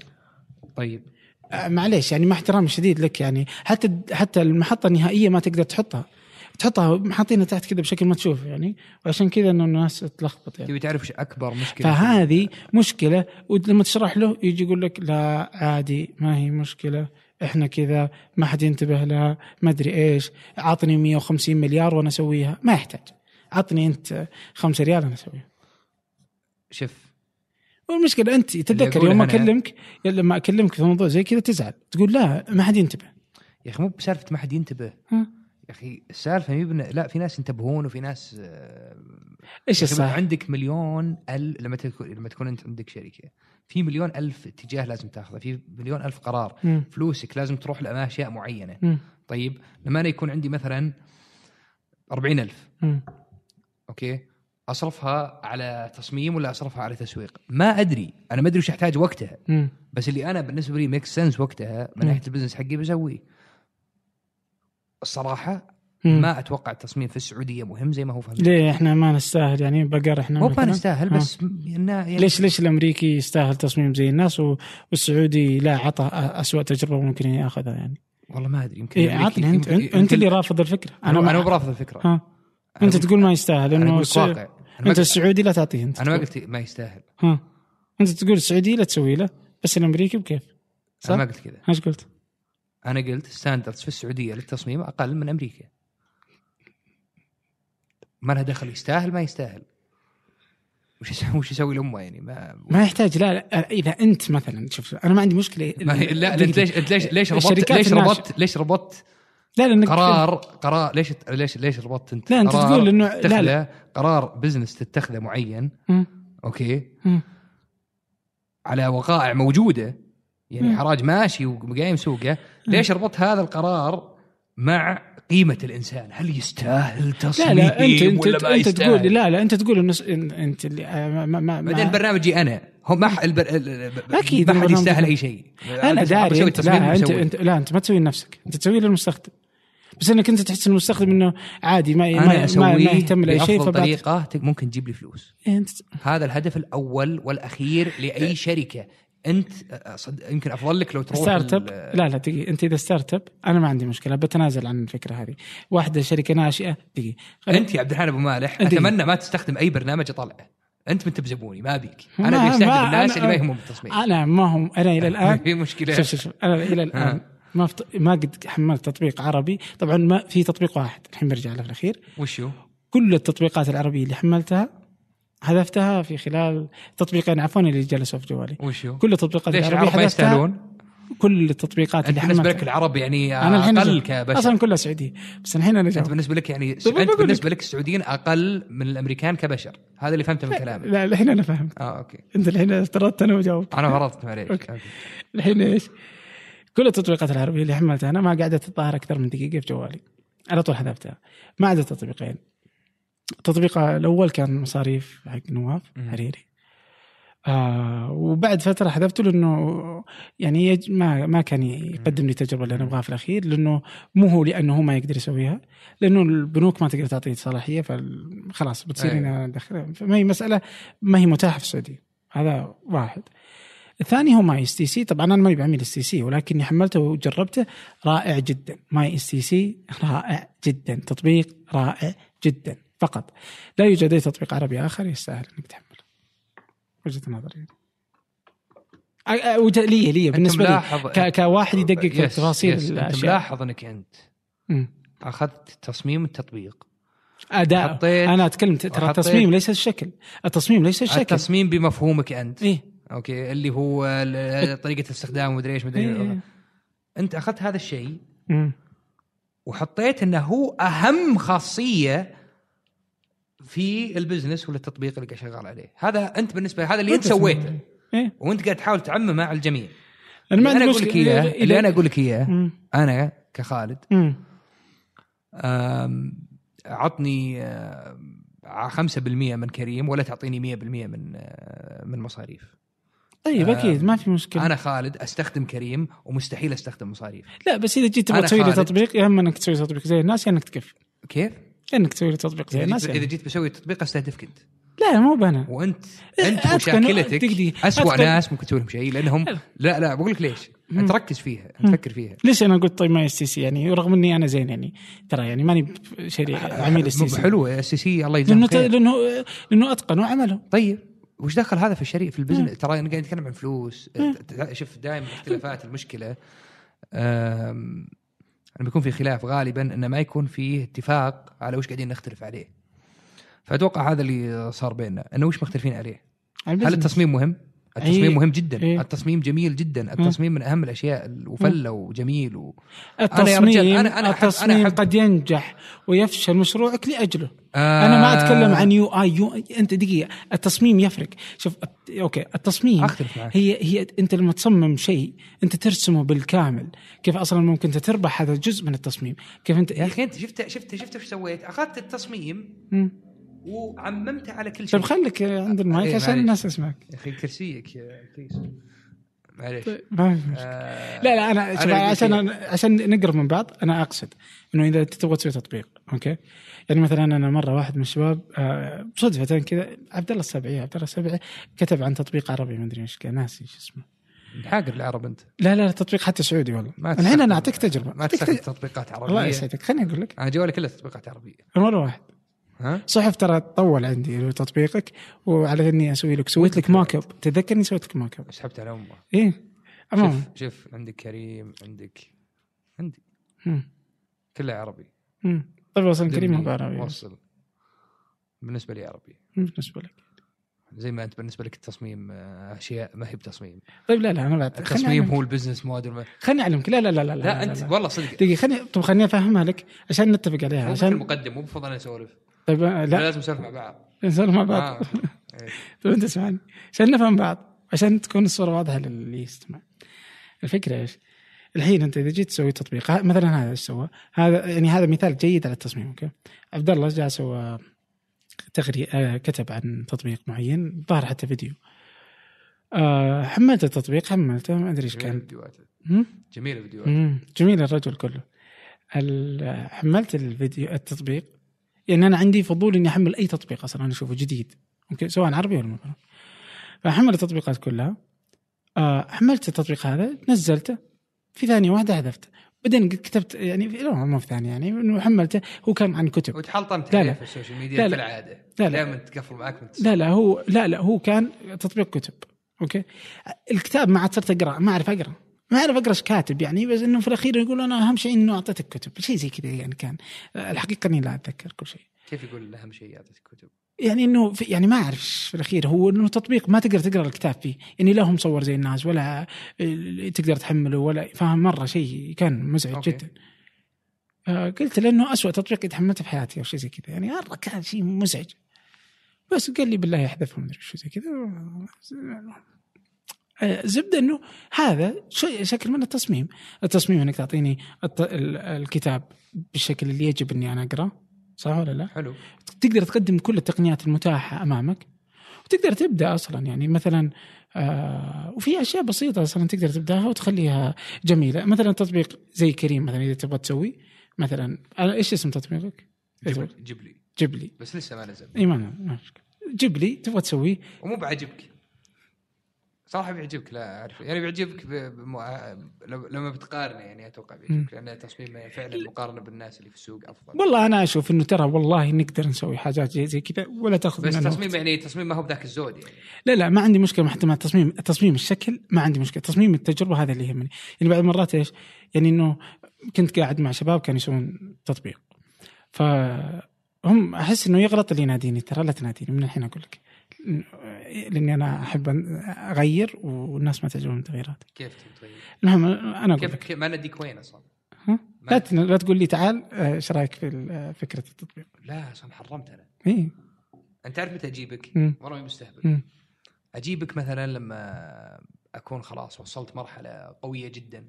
B: طيب
A: آه، معليش يعني مع احترامي الشديد لك يعني حتى حتى المحطه النهائيه ما تقدر تحطها تحطها حاطينها تحت كذا بشكل ما تشوف يعني وعشان كذا انه الناس تلخبط يعني
B: تبي تعرف ايش اكبر مشكله
A: فهذه مشكله ولما تشرح له يجي يقول لك لا عادي ما هي مشكله احنا كذا ما حد ينتبه لها ما ادري ايش عطني 150 مليار وانا اسويها ما يحتاج عطني انت 5 ريال انا اسويها
B: شوف
A: والمشكله انت تتذكر
B: أقوله
A: يوم ما
B: أنا-
A: اكلمك لما اكلمك في موضوع زي كذا تزعل تقول لا ما حد ينتبه
B: يا اخي مو بسالفه ما حد ينتبه
A: ها؟
B: يا اخي السالفه هي بن... لا في ناس ينتبهون وفي ناس آه،
A: ايش
B: يا أخي
A: الصح؟
B: عندك مليون ال لما تكون لما تكون انت عندك شركه في مليون الف اتجاه لازم تاخذه في مليون الف قرار
A: مم.
B: فلوسك لازم تروح لاشياء معينه
A: مم.
B: طيب لما انا يكون عندي مثلا أربعين ألف
A: مم.
B: اوكي اصرفها على تصميم ولا اصرفها على تسويق ما ادري انا ما ادري وش احتاج وقتها
A: مم.
B: بس اللي انا بالنسبه لي ميك سنس وقتها من
A: مم.
B: ناحيه البزنس حقي بسويه الصراحه
A: مم.
B: ما اتوقع التصميم في السعوديه مهم زي ما هو فهم
A: ليه احنا ما نستاهل يعني بقر احنا
B: مو ما
A: مثلاً؟
B: نستاهل
A: ها.
B: بس إنه يعني
A: ليش ليش الامريكي يستاهل تصميم زي الناس و- والسعودي لا عطى اسوء تجربه ممكن ياخذها يعني
B: والله ما ادري يمكن
A: إيه
B: أمريكي-
A: عطني انت
B: يمكن-
A: انت انت اللي
B: يمكن-
A: رافض الفكره
B: انا
A: ما-
B: انا مو برافض الفكره
A: ها
B: أنا
A: انت
B: قلت-
A: تقول ما يستاهل
B: انا
A: انه
B: اقول
A: الس-
B: واقع انا ما
A: انت
B: قلت-
A: السعودي لا تعطيه انت
B: أنا ما
A: تقول.
B: قلت ما يستاهل
A: ها انت تقول السعودي لا تسوي له بس الامريكي بكيف صح؟
B: انا ما قلت كذا
A: ايش قلت؟
B: انا قلت ستاندردز في السعوديه للتصميم اقل من امريكا ما لها دخل يستاهل ما يستاهل وش يسوي وش يسوي الامه يعني ما
A: ما يحتاج لا, لا اذا انت مثلا شوف انا ما عندي مشكله
B: ما هي- لا انت ليش انت ليش ليش ربطت
A: الشركات
B: ليش
A: الناشئة.
B: ربطت ليش ربطت
A: لا لانك
B: قرار قرار ليش ليش ليش ربطت انت
A: لا، أنت
B: قرار
A: تقول إنه- لا،
B: تتخذه- قرار بزنس تتخذه معين
A: مم.
B: اوكي
A: مم.
B: على وقائع موجوده يعني
A: مم.
B: حراج ماشي وقايم سوقه ليش ربطت هذا القرار مع قيمه الانسان هل يستاهل تصميم
A: لا لا انت انت
B: ولا ما
A: انت
B: يستاهل؟
A: تقول لا لا انت تقول النص إن- انت اللي آه، ما ما, ما,
B: بعدين
A: ما
B: برنامجي انا هو ما ح- البر... ال- ال-
A: أكيد
B: ما حد
A: البرنامج-
B: يستاهل اي شيء
A: انا داري
B: بسوي
A: انت
B: التصميم
A: لا انت,
B: بسويه.
A: انت لا انت ما تسوي لنفسك انت تسوي للمستخدم بس انك انت تحس المستخدم انه عادي ما ما,
B: انا
A: ما, ما
B: اسويه
A: يهتم لاي شيء إيه،
B: بافضل
A: فبعت-
B: طريقه ت- ممكن تجيب لي فلوس
A: انت
B: هذا الهدف الاول والاخير
A: أه.
B: لاي شركه انت أ- صد... يمكن افضل لك لو تروح
A: ستارت اب
B: ال-
A: لا لا دقيقه انت اذا ستارت اب انا ما عندي مشكله بتنازل عن الفكره هذه واحده شركه ناشئه دقيقه خل-
B: انت يا عبد الحليم ابو مالح
A: أنت- إيه؟
B: اتمنى ما تستخدم اي برنامج اطلعه انت انت بزبوني ما ابيك
A: ما-
B: انا ابي استهدف
A: ما-
B: الناس
A: أنا-
B: اللي ما يهمهم التصميم
A: انا ما هم انا الى الان
B: في مشكله
A: شوف شوف شوف انا الى الان
B: ها.
A: ما فت... ما قد حملت تطبيق عربي طبعا ما في تطبيق واحد الحين برجع له في الاخير
B: وشو؟
A: كل التطبيقات العربيه اللي حملتها حذفتها في خلال تطبيقين عفوا اللي جلسوا في جوالي
B: وشو؟
A: كل التطبيقات
B: ليش
A: العربيه
B: العرب ما
A: حذفتها
B: يستاهلون؟
A: كل التطبيقات
B: انت
A: اللي
B: بالنسبه
A: حملتها
B: لك العرب يعني
A: انا الحين
B: اقل
A: أجاوب. اصلا
B: كبشر
A: كلها سعوديه بس الحين انا
B: انت
A: جاوب
B: بالنسبه لك يعني
A: طب بقول
B: انت
A: لك.
B: بالنسبه لك السعوديين اقل من الامريكان كبشر هذا اللي فهمته من كلامك
A: لا الحين انا فهمت
B: اه اوكي
A: انت الحين افترضت انا وجاوبت
B: انا فرضت معليش
A: أوكي.
B: أوكي.
A: الحين ايش؟ كل التطبيقات العربيه اللي حملتها انا ما قعدت تتظاهر اكثر من دقيقه في جوالي على طول حذفتها ما عدا تطبيقين التطبيق الاول كان مصاريف حق نواف
B: مم.
A: حريري آه وبعد فتره حذفته لانه يعني يج... ما ما كان يقدم لي التجربه اللي انا ابغاها في الاخير لانه مو هو لانه هو ما يقدر يسويها لانه البنوك ما تقدر تعطيه صلاحيه فخلاص بتصير
B: أيوة.
A: هنا دخل فما هي مساله ما هي متاحه في السعوديه هذا واحد الثاني هو ماي اس تي سي طبعا انا ماني بعميل اس تي سي ولكني حملته وجربته رائع جدا ماي اس تي سي رائع جدا تطبيق رائع جدا فقط لا يوجد اي تطبيق عربي اخر يستاهل انك تحمله وجهه نظري أ- أ- وجه- لي لي
B: أنت
A: بالنسبه لي
B: ملاحظ-
A: ك- كواحد يدقق في
B: يس،
A: تفاصيل
B: يس. انت
A: الاشياء
B: ملاحظ انك انت
A: مم.
B: اخذت تصميم التطبيق
A: اداء
B: حطيت
A: انا اتكلم ت- ترى
B: وحطيت-
A: التصميم ليس الشكل التصميم ليس الشكل
B: التصميم بمفهومك انت
A: ايه
B: اوكي اللي هو ال- طريقه استخدام ومدري ايش مدري
A: إيه.
B: إيه. انت اخذت هذا الشيء
A: مم.
B: وحطيت انه هو اهم خاصيه في البزنس ولا التطبيق اللي قاعد شغال عليه هذا انت بالنسبه هذا اللي انت سويته
A: ايه
B: وانت قاعد تحاول تعممه على الجميع
A: انا ما عندي
B: اللي انا اقول
A: مشكله
B: لك اياه اللي انا اقول لك اياه
A: مم.
B: انا كخالد
A: مم.
B: أم، عطني أم، 5% من كريم ولا تعطيني 100% من أه، من مصاريف
A: طيب
B: آه،
A: اكيد ما في مشكله
B: انا خالد استخدم كريم ومستحيل استخدم مصاريف
A: لا بس اذا جيت تبغى
B: أنا
A: تسوي لي
B: خالد.
A: تطبيق يا اما انك تسوي تطبيق زي الناس يا انك تكفي
B: كيف
A: يا انك تسوي لي تطبيق زي
B: اذا
A: الناس
B: جيت,
A: يا
B: إذا
A: إنك-
B: جيت بسوي تطبيق استهدفك انت
A: لا مو بانا
B: وانت
A: إيه،
B: انت
A: أتقن- دق-
B: وشاكلتك
A: دقيقة.
B: اسوء
A: أتقن-
B: ناس ممكن تسوي لهم شيء لانهم لا لا بقول لك ليش انت ركز فيها انت فكر فيها
A: ليش انا قلت طيب ما اس تي سي يعني رغم اني انا زين يعني ترى يعني ماني ب- شريك عميل اس تي سي
B: حلو اس سي
A: لانه
B: الله يجزاهم
A: ت-
B: خير
A: لانه لانه اتقنوا عمله
B: طيب وش دخل هذا في الشريك في البزنس ترى انا قاعد نتكلم عن فلوس تع- شوف دائما الاختلافات المشكله أم، لما يكون في خلاف غالبا انه ما يكون في اتفاق على وش قاعدين نختلف عليه فاتوقع هذا اللي صار بيننا انه وش مختلفين عليه هل التصميم مهم؟ التصميم
A: أي-
B: مهم جدا
A: أي.
B: التصميم جميل جدا التصميم من اهم الاشياء ال- وفله وجميل و... أنا يا رجال،
A: التصميم
B: أنا- أنا أحب- أنا
A: التصميم
B: أحب-
A: قد ينجح ويفشل مشروعك لاجله
B: آه
A: انا ما اتكلم عن يو اي يو انت دقيقه التصميم يفرق شوف الت- اوكي التصميم
B: أختلف معك.
A: هي هي انت لما تصمم شيء انت ترسمه بالكامل كيف اصلا ممكن أنت تربح هذا جزء من التصميم كيف انت
B: يا اخي انت شفت شفت شفت وش سويت؟ اخذت التصميم
A: مم.
B: وعممته على كل شيء
A: طيب خليك عند المايك
B: إيه،
A: عشان
B: معليش.
A: الناس تسمعك
B: يا اخي كرسيك يا كريس معليش
A: طيب، ما في مشكلة.
B: آه
A: لا لا انا شوف
B: اللي قلت
A: عشان
B: لك.
A: عشان نقرب من بعض انا اقصد انه اذا انت تبغى تسوي تطبيق اوكي يعني مثلا انا مره واحد من الشباب آه، صدفه كذا عبد الله السبعي عبد الله السبعي كتب عن تطبيق عربي ما ادري ايش كان، ناسي شو اسمه
B: حاقر العرب انت
A: لا لا تطبيق حتى سعودي والله
B: ما
A: الحين
B: تستخدم-
A: انا اعطيك تجربه
B: ما
A: أعطيك
B: تستخدم
A: تج-
B: تطبيقات
A: الله
B: عربيه
A: يسعدك خليني اقول لك
B: انا جوالي كله تطبيقات عربيه
A: مره واحد
B: ها
A: صحف ترى طول عندي اللي هو تطبيقك وعلى اني اسوي لك سويت لك ماك اب تذكرني سويت لك ماك اب
B: سحبت على امه
A: ايه عموما
B: شوف شوف عندك كريم عندك عندي
A: مم.
B: كلها عربي
A: مم. طيب وصل كريم
B: دمي،
A: هو عربي
B: موصل بالنسبه لي عربي
A: مم، بالنسبه لك
B: زي ما انت بالنسبه لك التصميم آه، اشياء ما هي بتصميم
A: طيب لا لا انا بعد
B: التصميم هو البزنس موديل ما-
A: خليني اعلمك لا لا لا لا
B: لا انت والله صدق
A: دقيقه خليني طب خليني افهمها لك عشان نتفق عليها
B: عشان
A: عشان
B: المقدم مو بفضل انا اسولف
A: طيب آه،
B: لا
A: لا
B: لازم نسولف مع بعض
A: نسولف مع بعض
B: آه. إيه.
A: طيب انت اسمعني عشان نفهم بعض عشان تكون الصوره واضحه للي يستمع الفكره ايش؟ الحين انت اذا جيت تسوي تطبيق ه- مثلا هذا ايش سوى؟ هذا يعني هذا مثال جيد على التصميم اوكي؟ عبد الله جاء سوى تغري آه كتب عن تطبيق معين ظهر حتى فيديو آه حملت التطبيق حملته ما ادري ايش
B: جميل
A: كان
B: الفيديوهات
A: هم؟
B: جميل الفيديوهات
A: مم، جميل الرجل كله ال- حملت الفيديو التطبيق يعني انا عندي فضول اني احمل اي تطبيق اصلا انا اشوفه جديد اوكي سواء عربي ولا مغربي فحمل التطبيقات كلها آه، حملت التطبيق هذا نزلته في ثانيه واحده حذفته بعدين كتبت يعني في- لا مو في ثانيه يعني انه حملته هو كان عن كتب
B: وتحلطمت
A: لا،
B: عليه
A: لا.
B: في السوشيال
A: لا،
B: ميديا
A: لا.
B: كالعاده
A: لا، لا.
B: دائما تقفل معك من
A: لا لا هو لا لا هو كان تطبيق كتب اوكي الكتاب ما عاد صرت اقرا ما اعرف اقرا ما اعرف اقرا ايش كاتب يعني بس انه في الاخير يقول انا اهم شيء انه اعطيتك كتب شيء زي كذا يعني كان الحقيقه اني لا اتذكر كل شيء
B: كيف يقول اهم شيء يعطيك كتب
A: يعني انه في يعني ما اعرف إيش في الاخير هو انه تطبيق ما تقدر تقرا الكتاب فيه يعني لا هو مصور زي الناس ولا ال- تقدر تحمله ولا فاهم مره شيء كان مزعج
B: أوكي.
A: جدا آه، قلت له انه اسوء تطبيق تحملته في حياتي او شيء زي كذا يعني مره كان شيء مزعج بس قال لي بالله احذفه مدري شو زي كذا آه، زبده انه هذا شيء شكل من التصميم التصميم انك تعطيني الت- ال- الكتاب بالشكل اللي يجب اني انا اقراه صح ولا لا؟
B: حلو
A: تقدر تقدم كل التقنيات المتاحه امامك وتقدر تبدا اصلا يعني مثلا آه وفي اشياء بسيطه اصلا تقدر تبداها وتخليها جميله مثلا تطبيق زي كريم مثلا اذا تبغى تسوي مثلا أنا ايش اسم تطبيقك؟
B: جيب جيب لي
A: جيب لي
B: بس لسه ما نزل
A: اي ما ما مشكلة. جيب لي تبغى تسويه
B: ومو بعجبك صراحه بيعجبك لا اعرف يعني بيعجبك ب... بم... لو- لما بتقارنه يعني اتوقع بيعجبك لان تصميم فعلا المقارنه بالناس اللي في السوق افضل
A: والله انا اشوف انه ترى والله نقدر نسوي حاجات زي, زي كذا ولا تاخذ
B: بس
A: مننا
B: تصميم
A: وقت.
B: يعني التصميم ما هو بذاك الزود يعني
A: لا لا ما عندي مشكله حتى مع التصميم التصميم الشكل ما عندي مشكله تصميم التجربه هذا اللي يهمني يعني بعض المرات ايش يعني انه كنت قاعد مع شباب كانوا يسوون تطبيق فهم احس انه يغلط اللي يناديني ترى لا تناديني من الحين اقول لك لاني انا احب أن اغير والناس ما تعجبهم التغييرات
B: كيف تبي تغير؟
A: المهم انا اقول
B: كيف
A: لك
B: كيف ما نديك وين اصلا؟
A: ها؟
B: ما-
A: لا تن- لا تقول لي تعال آه، ايش رايك في ال- آه، فكره التطبيق
B: لا اصلا حرمت انا
A: اي
B: انت تعرف متى اجيبك؟
A: مم.
B: والله مستهبل
A: مم.
B: اجيبك مثلا لما اكون خلاص وصلت مرحله قويه جدا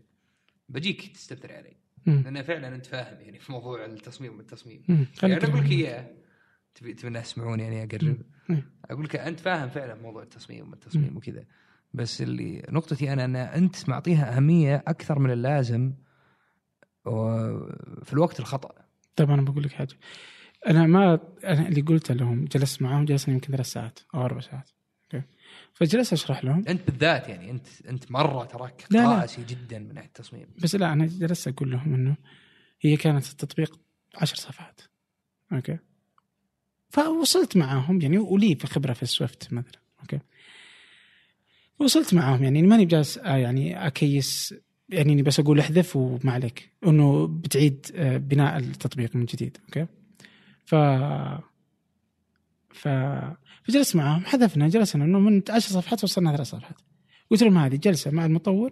B: بجيك تستفتر علي
A: مم.
B: لان فعلا انت فاهم يعني في موضوع التصميم والتصميم
A: مم.
B: يعني
A: خليك-
B: انا اقول لك اياه تبي تبي الناس يسمعوني يعني اقرب
A: مم.
B: اقول لك انت فاهم فعلا موضوع التصميم والتصميم وكذا بس اللي نقطتي انا ان انت معطيها اهميه اكثر من اللازم و- في الوقت الخطا
A: طيب انا بقول لك حاجه انا ما انا اللي قلت لهم جلست معهم جلسنا يمكن ثلاث ساعات او اربع ساعات اوكي فجلست اشرح لهم
B: انت بالذات يعني انت انت مره تراك
A: لا، لا.
B: قاسي جدا من ناحيه التصميم
A: بس لا انا جلست اقول لهم انه هي كانت التطبيق عشر صفحات اوكي فوصلت معاهم يعني ولي في خبره في السويفت مثلا اوكي وصلت معاهم يعني ماني بجالس آه، يعني اكيس يعني اني بس اقول احذف وما عليك انه بتعيد آه، بناء التطبيق من جديد اوكي ف ف فجلست معاهم حذفنا جلسنا انه من 10 صفحات وصلنا ثلاث صفحات قلت لهم هذه جلسه مع المطور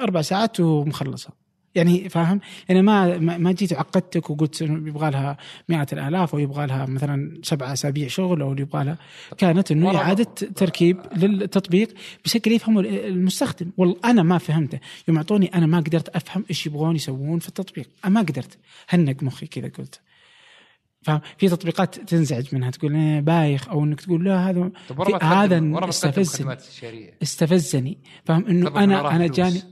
A: اربع ساعات ومخلصه يعني فاهم؟ يعني ما ما ما جيت وعقدتك وقلت إنه يبغى لها مئات الالاف او يبغى لها مثلا سبعة اسابيع شغل او يبغى لها كانت انه
B: والله.
A: اعاده تركيب للتطبيق بشكل يفهمه المستخدم، والله انا ما فهمته، يوم اعطوني انا ما قدرت افهم ايش يبغون يسوون في التطبيق، أنا ما قدرت هنق مخي كذا قلت فاهم؟ في تطبيقات تنزعج منها تقول إيه بايخ او انك تقول لا هذا
B: طب ورا ما
A: في-
B: تقدم-
A: هذا
B: ورا ما تقدم
A: استفزني.
B: خدمات الشهريه
A: استفزني فاهم
B: طب
A: انه انا
B: وراها
A: انا
B: فلوس.
A: جاني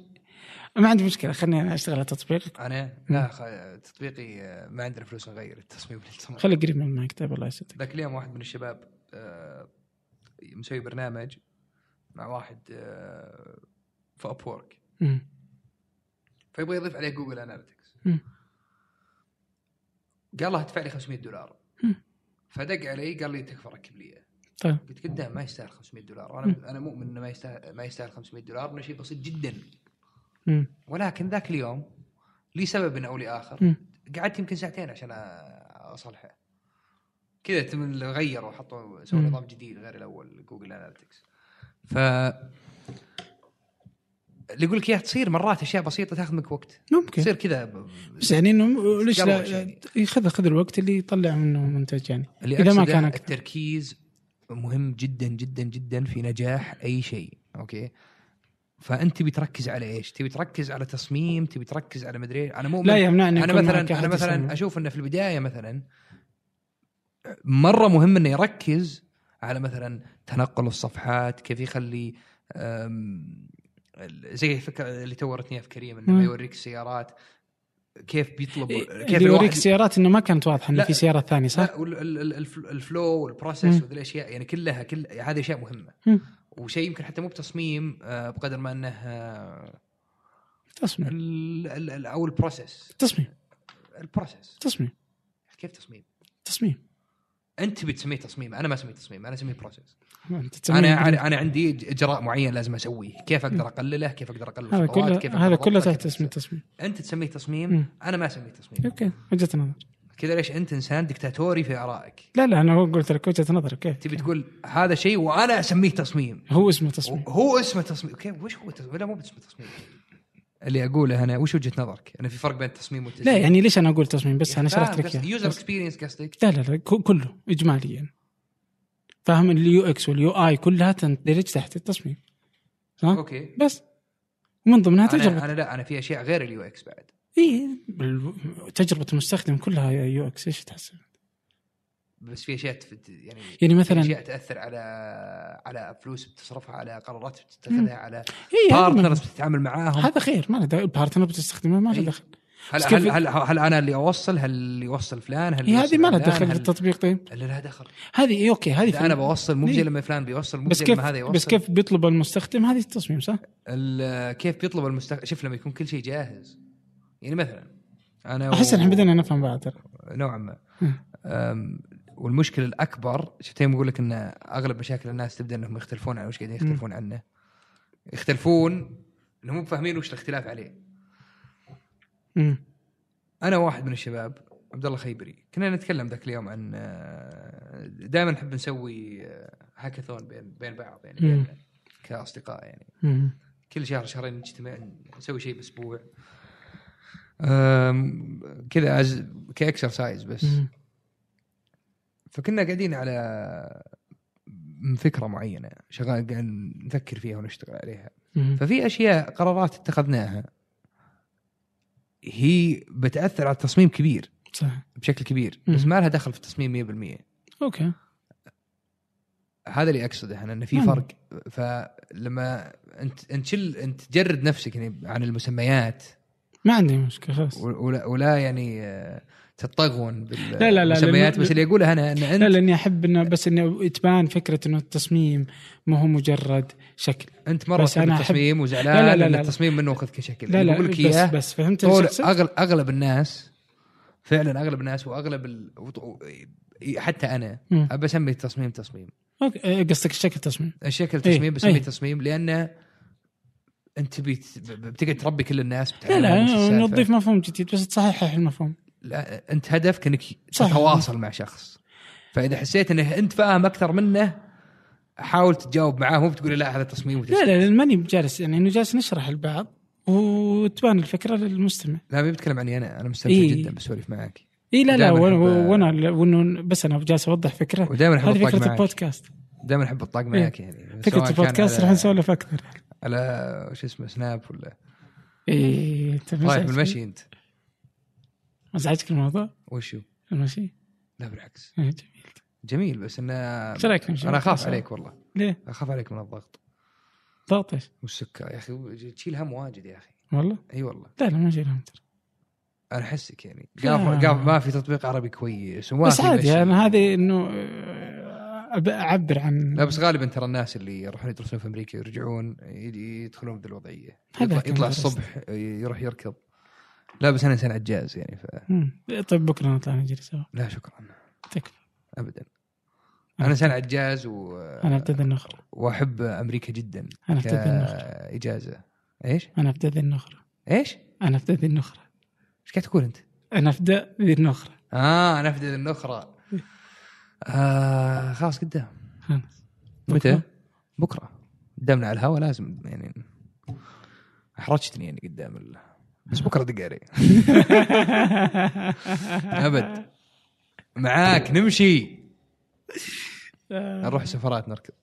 A: ما عندي مشكله خليني أنا اشتغل على تطبيق
B: انا لا خ- تطبيقي آه، ما عندنا فلوس نغير التصميم للتصميم
A: خلي قريب من المايك طيب الله يسعدك
B: ذاك اليوم واحد من الشباب آه، مسوي برنامج مع واحد آه، في اب وورك
A: مم.
B: فيبغى يضيف عليه جوجل اناليتكس
A: مم.
B: قال له ادفع لي 500 دولار
A: مم.
B: فدق علي قال لي تكفى ركب لي إياه.
A: طيب
B: قلت قدام ما يستاهل 500 دولار انا انا مؤمن انه ما يستاهل ما يستاهل 500 دولار انه شيء بسيط جدا
A: مم.
B: ولكن ذاك اليوم لسبب او لاخر
A: مم.
B: قعدت يمكن ساعتين عشان أ- اصلحه كذا تم- غيروا حطوا سووا
A: مم.
B: نظام جديد غير الاول جوجل اناليتكس ف اللي يقول لك اياها تصير مرات اشياء بسيطه تاخذ منك وقت
A: ممكن
B: تصير كذا ب-
A: بس يعني انه م- ليش لا
B: قروش يعني.
A: إي خذ خذ الوقت اللي يطلع منه منتج يعني
B: اللي
A: إذا ما
B: أقصده
A: كان أكثر.
B: التركيز مهم جدا جدا جدا في نجاح اي شيء اوكي فانت تبي تركز على ايش؟ تبي تركز على تصميم، تبي تركز على مدري إيش. انا مؤمن
A: لا يمنعني
B: انا
A: يكون
B: مثلا
A: معك أحد
B: انا مثلا
A: يسمع.
B: اشوف انه في البدايه مثلا مره مهم انه يركز على مثلا تنقل الصفحات كيف يخلي أم، ال- زي الفكره اللي تو ورتني في كريم انه
A: مم.
B: ما يوريك السيارات كيف بيطلب كيف
A: إيه، اللي يوريك
B: الواحد-
A: سيارات انه ما كانت واضحه انه
B: لا.
A: في سيارات ثانيه صح؟
B: لا وال- ال- ال- الف- الفلو
A: مم.
B: والبروسيس وذي الاشياء يعني كلها كل هذه اشياء مهمه
A: مم.
B: وشيء يمكن حتى مو بتصميم آه، بقدر ما انه آه،
A: تصميم
B: ال- ال- ال- او البروسيس
A: تصميم
B: البروسيس
A: تصميم
B: كيف تصميم؟
A: تصميم
B: انت بتسميه تصميم انا ما اسميه تصميم انا اسميه بروسيس
A: أنت تسميه
B: انا
A: بدون-
B: انا عندي اجراء معين لازم اسويه كيف اقدر اقلله كيف اقدر اقلل
A: هذا
B: الخطوات
A: كله
B: كيف
A: هذا
B: أقدر
A: كله
B: أضبطه،
A: تحت
B: كيف
A: اسم
B: أسوي.
A: التصميم
B: انت تسميه تصميم
A: مم.
B: انا ما اسميه تصميم
A: اوكي وجهه نظر
B: كذا ليش انت انسان دكتاتوري في ارائك
A: لا لا انا قلت لك وجهه نظر كيف
B: تبي تقول هذا شيء وانا اسميه تصميم
A: هو اسمه تصميم
B: هو اسمه تصميم كيف وش هو تصميم لا مو باسم تصميم اللي اقوله انا وش وجهه نظرك؟ انا في فرق بين التصميم والتسويق
A: لا يعني ليش انا اقول تصميم بس انا شرحت لك إياه.
B: يوزر
A: بس-
B: اكسبيرينس قصدك
A: لا لا لا ك- كله اجماليا فاهم اليو اكس واليو اي كلها تندرج تحت التصميم ها
B: اوكي
A: بس ومن ضمنها
B: أنا,
A: تجربه
B: انا لا انا في اشياء غير اليو اكس بعد
A: اي بال- تجربه المستخدم كلها يو اكس ايش تحسب؟
B: بس في اشياء تفت يعني
A: يعني مثلا-
B: في اشياء تاثر على على فلوس بتصرفها على قرارات بتتخذها على
A: اي
B: بارتنرز بتتعامل معاهم
A: إيه، يعني هذا خير ما له داعي البارتنر بتستخدمه ما له
B: إيه.
A: دخل
B: هل
A: بس كيف-
B: هل, هل هل انا اللي اوصل هل اللي يوصل فلان هل
A: هي إيه، هذه ما لها
B: يوصل
A: دخل
B: فلان؟
A: في
B: هل-
A: التطبيق طيب
B: اللي لها دخل
A: هذه إيه اوكي هذه
B: اذا
A: في-
B: انا بوصل مو زي
A: إيه.
B: لما فلان بيوصل مو
A: بس
B: زي
A: كيف
B: لما هذا يوصل
A: بس كيف بيطلب المستخدم هذه التصميم صح؟
B: ال- كيف بيطلب المستخدم شوف لما يكون كل شيء جاهز يعني مثلا انا
A: احس
B: و-
A: الحين بدينا نفهم بعض ترى
B: نوعا ما
A: مم.
B: أم، والمشكله الاكبر شفت يوم يقول لك ان اغلب مشاكل الناس تبدا انهم يختلفون عن وش قاعدين يختلفون عنه يختلفون انهم مو فاهمين وش الاختلاف عليه
A: أمم.
B: انا واحد من الشباب عبد الله خيبري كنا نتكلم ذاك اليوم عن دائما نحب نسوي آه، هاكاثون بين بين بعض يعني
A: مم.
B: بيننا كاصدقاء يعني
A: أمم.
B: كل شهر شهرين نجتمع نسوي شيء باسبوع أم، كذا أز... كاكسرسايز بس
A: أمم.
B: فكنا قاعدين على فكره معينه شغال قاعد نفكر فيها ونشتغل عليها
A: أمم.
B: ففي اشياء قرارات اتخذناها هي بتاثر على التصميم كبير
A: صح
B: بشكل كبير بس ما لها دخل في التصميم 100%
A: اوكي
B: هذا اللي اقصده انا انه في
A: مم.
B: فرق فلما انت انت شل انت تجرد نفسك يعني عن المسميات
A: ما عندي مشكله خلاص
B: و- ولا, ولا يعني آه، تتطغون بال-
A: لا- لا-
B: بالمسميات
A: لأنه-
B: بس اللي اقوله انا ان انت
A: لا لاني احب انه بس انه تبان فكره انه التصميم ما هو مجرد شكل
B: انت مره
A: بس
B: تحب
A: أنا أحب-
B: التصميم وزعلان
A: لا- لا- لا-
B: لا لا
A: لا.
B: لا التصميم منه اخذ كشكل
A: لا لا
B: بقول لك
A: بس
B: اياه
A: بس فهمت
B: طول
A: الشخص؟
B: أغل... اغلب الناس فعلا اغلب الناس واغلب ال... وط- حتى انا
A: أمم.
B: ابى اسمي التصميم تصميم
A: اوكي آه، قصدك الشكل تصميم
B: الشكل
A: إيه،
B: تصميم بسميه
A: إيه.
B: تصميم لانه انت بيت... بتقعد تربي كل الناس
A: لا لا
B: بتعلمهم وش
A: أنا
B: السالفة.
A: نضيف مفهوم جديد بس تصحح المفهوم
B: لا انت هدفك انك
A: صح.
B: تتواصل مع شخص فاذا حسيت انه انت فاهم اكثر منه حاول تتجاوب معاه مو بتقول له لا هذا تصميم
A: لا
B: وتسكت.
A: لا لأن ماني بجالس يعني انه جالس نشرح البعض وتبان الفكره للمستمع
B: لا ما بتكلم عني انا انا مستمتع
A: إيه.
B: جدا بسولف معك
A: اي لا لا
B: دايماً
A: وانا
B: أحب-
A: وانا وانه بس انا جالس اوضح فكره
B: ودائما احب
A: هذه
B: اطاق
A: فكره
B: معك
A: البودكاست
B: دائما احب اطاق معك يعني سواء
A: فكره
B: كان
A: البودكاست
B: على-
A: راح إيه، نسولف اكثر
B: على شو اسمه سناب ولا طيب،
A: اي
B: رايح بالمشي انت
A: ازعجك الموضوع
B: وشو؟
A: المشي
B: لا بالعكس
A: إيه، جميل
B: جميل بس انه
A: إيش رأيك نمشي؟
B: انا اخاف عليك والله
A: ليه
B: اخاف عليك من الضغط
A: ضغط ايش
B: والسكر يا اخي تشيل هم واجد يا اخي
A: والله
B: اي والله
A: لا لا ما شيء لهم ترى
B: انا احسك يعني
A: لا.
B: قاف قاف ما في تطبيق عربي كويس وما
A: بس
B: في مشي.
A: عادي انا هذه انه آه، أب- اعبر عن
B: لا بس غالبا ترى الناس اللي يروحون يدرسون في امريكا يرجعون يد- يدخلون بذي الوضعيه
A: هذا
B: يطلع,
A: كان
B: يطلع
A: درست.
B: الصبح يروح يركض لا بس انا انسان عجاز يعني ف
A: مم. طيب بكره نطلع نجري سوا
B: لا شكرا
A: تكفى
B: ابدا انا انسان عجاز و...
A: انا في ذي النخره
B: واحب امريكا جدا
A: أنا أبتدي النخرة.
B: كاجازه ايش؟
A: انا في ذي النخره
B: ايش؟
A: انا في ذي النخره
B: ايش قاعد تقول انت؟
A: انا في ذي النخره
B: اه نفذ النخره آه خلاص قدام
A: خلاص.
B: متى؟
A: بكرة.
B: بكره قدامنا على الهواء لازم يعني احرجتني يعني قدام ال... بس بكره دق علي ابد معاك نمشي نروح سفرات نركض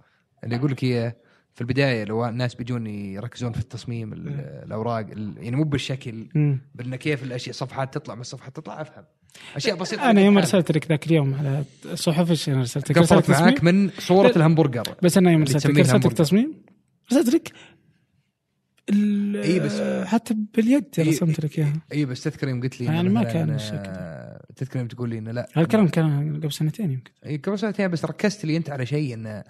B: اللي يقول لك اياه في البدايه لو الناس بيجوني يركزون في التصميم ال- الاوراق ال- يعني مو بالشكل
A: أمم.
B: بان كيف الاشياء صفحات تطلع من الصفحات تطلع افهم اشياء بسيطه
A: انا يوم
B: أفهم.
A: ارسلت لك ذاك اليوم على صحف انا ارسلت لك
B: قفلت
A: رسالة
B: معاك
A: تصميم.
B: من صوره
A: لا.
B: الهمبرجر
A: بس انا يوم
B: اللي
A: رسلت
B: تسميه
A: لك رسلت
B: الهامبرجر.
A: لك تصميم رسلت لك ال-
B: إي إيه، بس- إيه،
A: آه، حتى باليد
B: إي-
A: رسمت لك اياها
B: اي بس تذكر يوم قلت لي إنه
A: يعني ما
B: مثلاً،
A: كان
B: آه،
A: بالشكل.
B: تذكر يوم تقول لي انه لا
A: هالكلام كان قبل سنتين يمكن
B: إي، قبل سنتين بس ركزت لي انت على شيء انه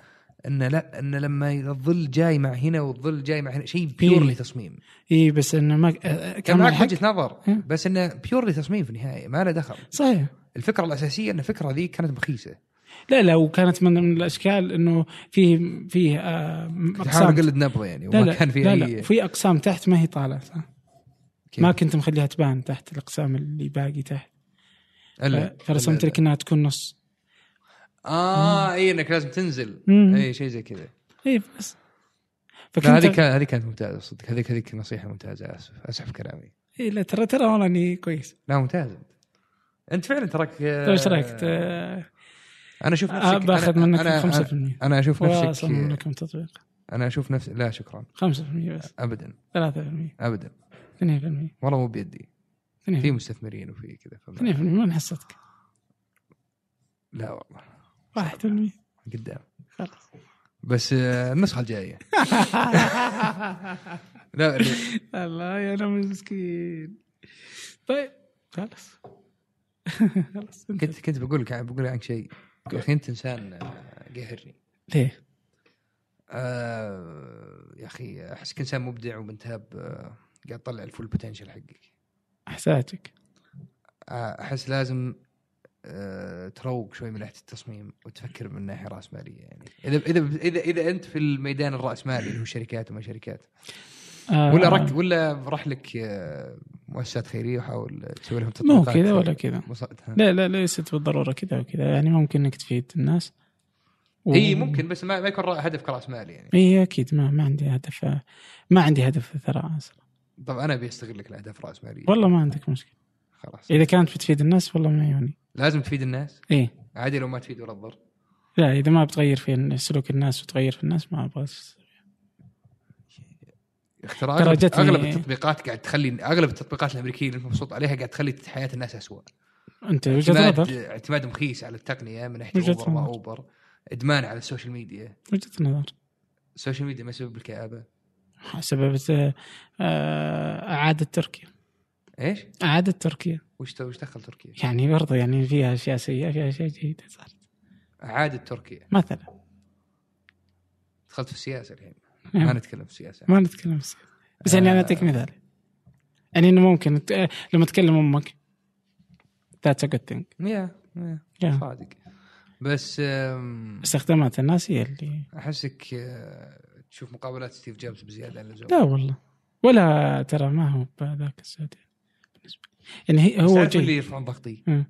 B: انه لا انه لما الظل جاي مع هنا والظل جاي مع هنا شيء بيورلي تصميم
A: اي إيه، بس انه ما آه،
B: كان
A: كان
B: معك
A: الحق
B: وجهه نظر
A: إيه.
B: بس انه بيورلي تصميم في النهايه ما له دخل
A: صحيح
B: الفكره الاساسيه ان الفكره ذي كانت بخيسه
A: لا لا وكانت من من الاشكال انه فيه فيه آه،
B: كنت احاول
A: اقسام
B: اقلد نبضه يعني
A: لا
B: وما
A: لا
B: كان في
A: لا
B: اي
A: لا في اقسام تحت ما هي طالعه
B: كيف؟
A: ما كنت مخليها تبان تحت الاقسام اللي باقي تحت
B: إلا-
A: فرسمت
B: إلا-
A: لك انها تكون نص
B: اه اي انك لازم تنزل
A: مم.
B: اي شيء زي كذا
A: اي إيه، بس
B: لا، هذه
A: فكنت
B: كان- هذه كانت ممتازه صدق هذيك هذيك نصيحه ممتازه اسف اسف كلامي
A: إيه لا ترى ترى والله اني كويس
B: لا ممتاز انت انت فعلا تراك
A: ترى ايش رايك؟ ت-
B: انا اشوف
A: طيب، آه،
B: نفسك
A: باخذ
B: أنا-
A: منك
B: أنا-
A: 5%
B: انا اشوف نفسك
A: واصمم لكم تطبيق
B: انا اشوف نفسي لا شكرا
A: 5% بس
B: ابدا
A: 3%
B: ابدا
A: 2%
B: والله مو بيدي في
A: 2%
B: مستثمرين وفي كذا فما-
A: 2% من حصتك
B: لا والله
A: 1%
B: قدام
A: خلاص
B: بس آه، النسخه الجايه لا اللي-
A: الله يا انا مسكين طيب خلاص خلاص انت
B: كنت كنت بقول لك بقول عنك شيء يا اخي انت انسان آه، قاهرني
A: ليه؟
B: آه، يا اخي احسك انسان مبدع ومنتهب آه، قاعد تطلع الفول بوتنشل حقك
A: احساتك
B: احس لازم آه، تروق شوي من ناحيه التصميم وتفكر من ناحيه راس ماليه يعني اذا اذا اذا اذا انت في الميدان الراسمالي اللي هو شركات وما شركات
A: آه،
B: ولا رك ولا راح لك آه، مؤسسات خيريه وحاول تسوي لهم
A: مو
B: تطبيقات
A: كذا ولا كذا
B: مص-
A: لا لا ليست بالضروره كذا وكذا يعني ممكن انك تفيد الناس و-
B: اي إيه، ممكن بس ما, ما يكون رأ- هدفك راس مالي يعني
A: اي اكيد إيه، ما ما عندي هدف ما عندي هدف ثراء اصلا
B: طب انا بيستغل لك الاهداف راس ماليه
A: والله ما عندك مشكله
B: خلاص
A: اذا كانت بتفيد الناس والله ما يهوني
B: لازم تفيد الناس
A: ايه
B: عادي لو ما تفيد ولا تضر
A: لا اذا ما بتغير في سلوك الناس وتغير في الناس ما ابغى أس-
B: اختراع
A: ترى
B: اغلب
A: جتني-
B: أغلب التطبيقات قاعد تخلي اغلب التطبيقات الامريكيه اللي أنت مبسوط عليها قاعد تخلي حياه الناس اسوء
A: انت وجهه
B: اعتماد
A: نظر
B: اعتماد مخيس على التقنيه من ناحيه
A: وجهة
B: اوبر ما
A: نظر.
B: اوبر ادمان على السوشيال ميديا
A: وجهه نظر
B: السوشيال ميديا ما يسبب الكآبه
A: سبب آه، آه، اعاده تركيا
B: ايش؟
A: اعاده تركيا
B: وش ت- وش دخل تركيا؟
A: يعني برضه يعني فيها اشياء سيئه فيها اشياء جيده صارت
B: اعاده تركيا
A: مثلا
B: دخلت في السياسه الحين ما
A: يعني
B: نتكلم في السياسه
A: ما نتكلم بس بس يعني انا اعطيك مثال يعني انه ممكن ت- آه، لما تكلم امك ذاتس ا جود ثينج
B: يا يا، صادق بس أم،
A: استخدامات الناس هي اللي
B: احسك أه، تشوف مقابلات ستيف جوبز بزياده عن اللزوم
A: لا والله ولا ترى ما هو بذاك السعودي بالنسبه لي. يعني هي-
B: بس
A: هو
B: تعرف اللي
A: جيد
B: يرفعون ضغطي
A: مم.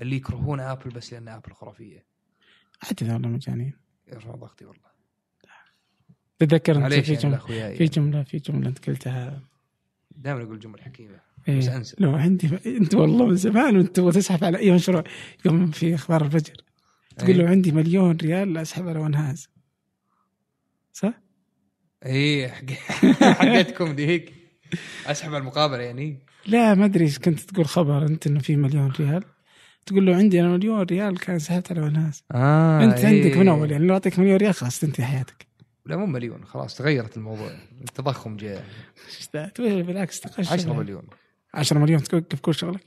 B: اللي يكرهون ابل بس لان ابل خرافيه
A: حتى ذولا مجانين
B: يرفعون ضغطي والله
A: تتذكر انت
B: معليش
A: في
B: يعني
A: جمله
B: اخوياي
A: في جمله في جمله انت قلتها
B: دائما اقول جمل حكيمه بس
A: إيه.
B: انسى
A: لو عندي انت والله من زمان وانت تبغى تسحب على اي مشروع يوم في اخبار الفجر
B: إيه.
A: تقول لو عندي مليون ريال لا اسحب على ون هاز صح؟
B: ايه حقتكم ذيك اسحب على المقابله يعني
A: لا ما ادري ايش كنت تقول خبر انت انه في مليون ريال تقول لو عندي انا مليون ريال كان سحبت على ون هاز
B: اه
A: انت عندك من اول يعني لو اعطيك مليون ريال خلاص تنتهي حياتك
B: لا مو مليون خلاص تغيرت الموضوع التضخم جاء
A: إيش ذا؟ تقول بالعكس تقشر
B: 10 مليون
A: 10 مليون توقف كل شغلك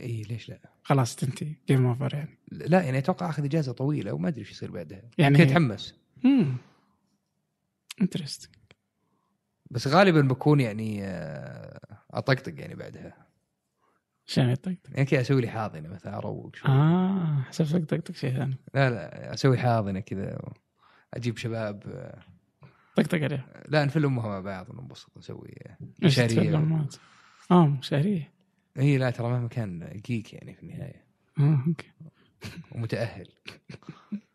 B: اي إيه، ليش لا؟
A: خلاص تنتهي جيم اوفر يعني
B: لا يعني اتوقع اخذ اجازه طويله وما ادري ايش يصير بعدها
A: يعني-
B: يعني اتحمس
A: امم انترستنج
B: بس غالبا بكون يعني آه، اطقطق يعني بعدها
A: عشان يطقطق
B: يعني كذا اسوي لي حاضنه مثلا اروق شوي آه.
A: اه حسبت طقطق شيء ثاني
B: لا لا اسوي حاضنه كذا اجيب شباب آه،
A: طقطق عليه
B: لا نفل امها مع بعض وننبسط نسوي آه،
A: ايش
B: مشاريع
A: تتكلم مات اه مشاريع
B: اي إيه، لا ترى مهما كان جيك يعني في النهايه
A: اه اوكي
B: ومتاهل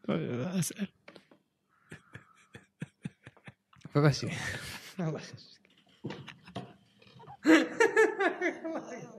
A: طيب، اسال
B: فبس يعني الله يسلمك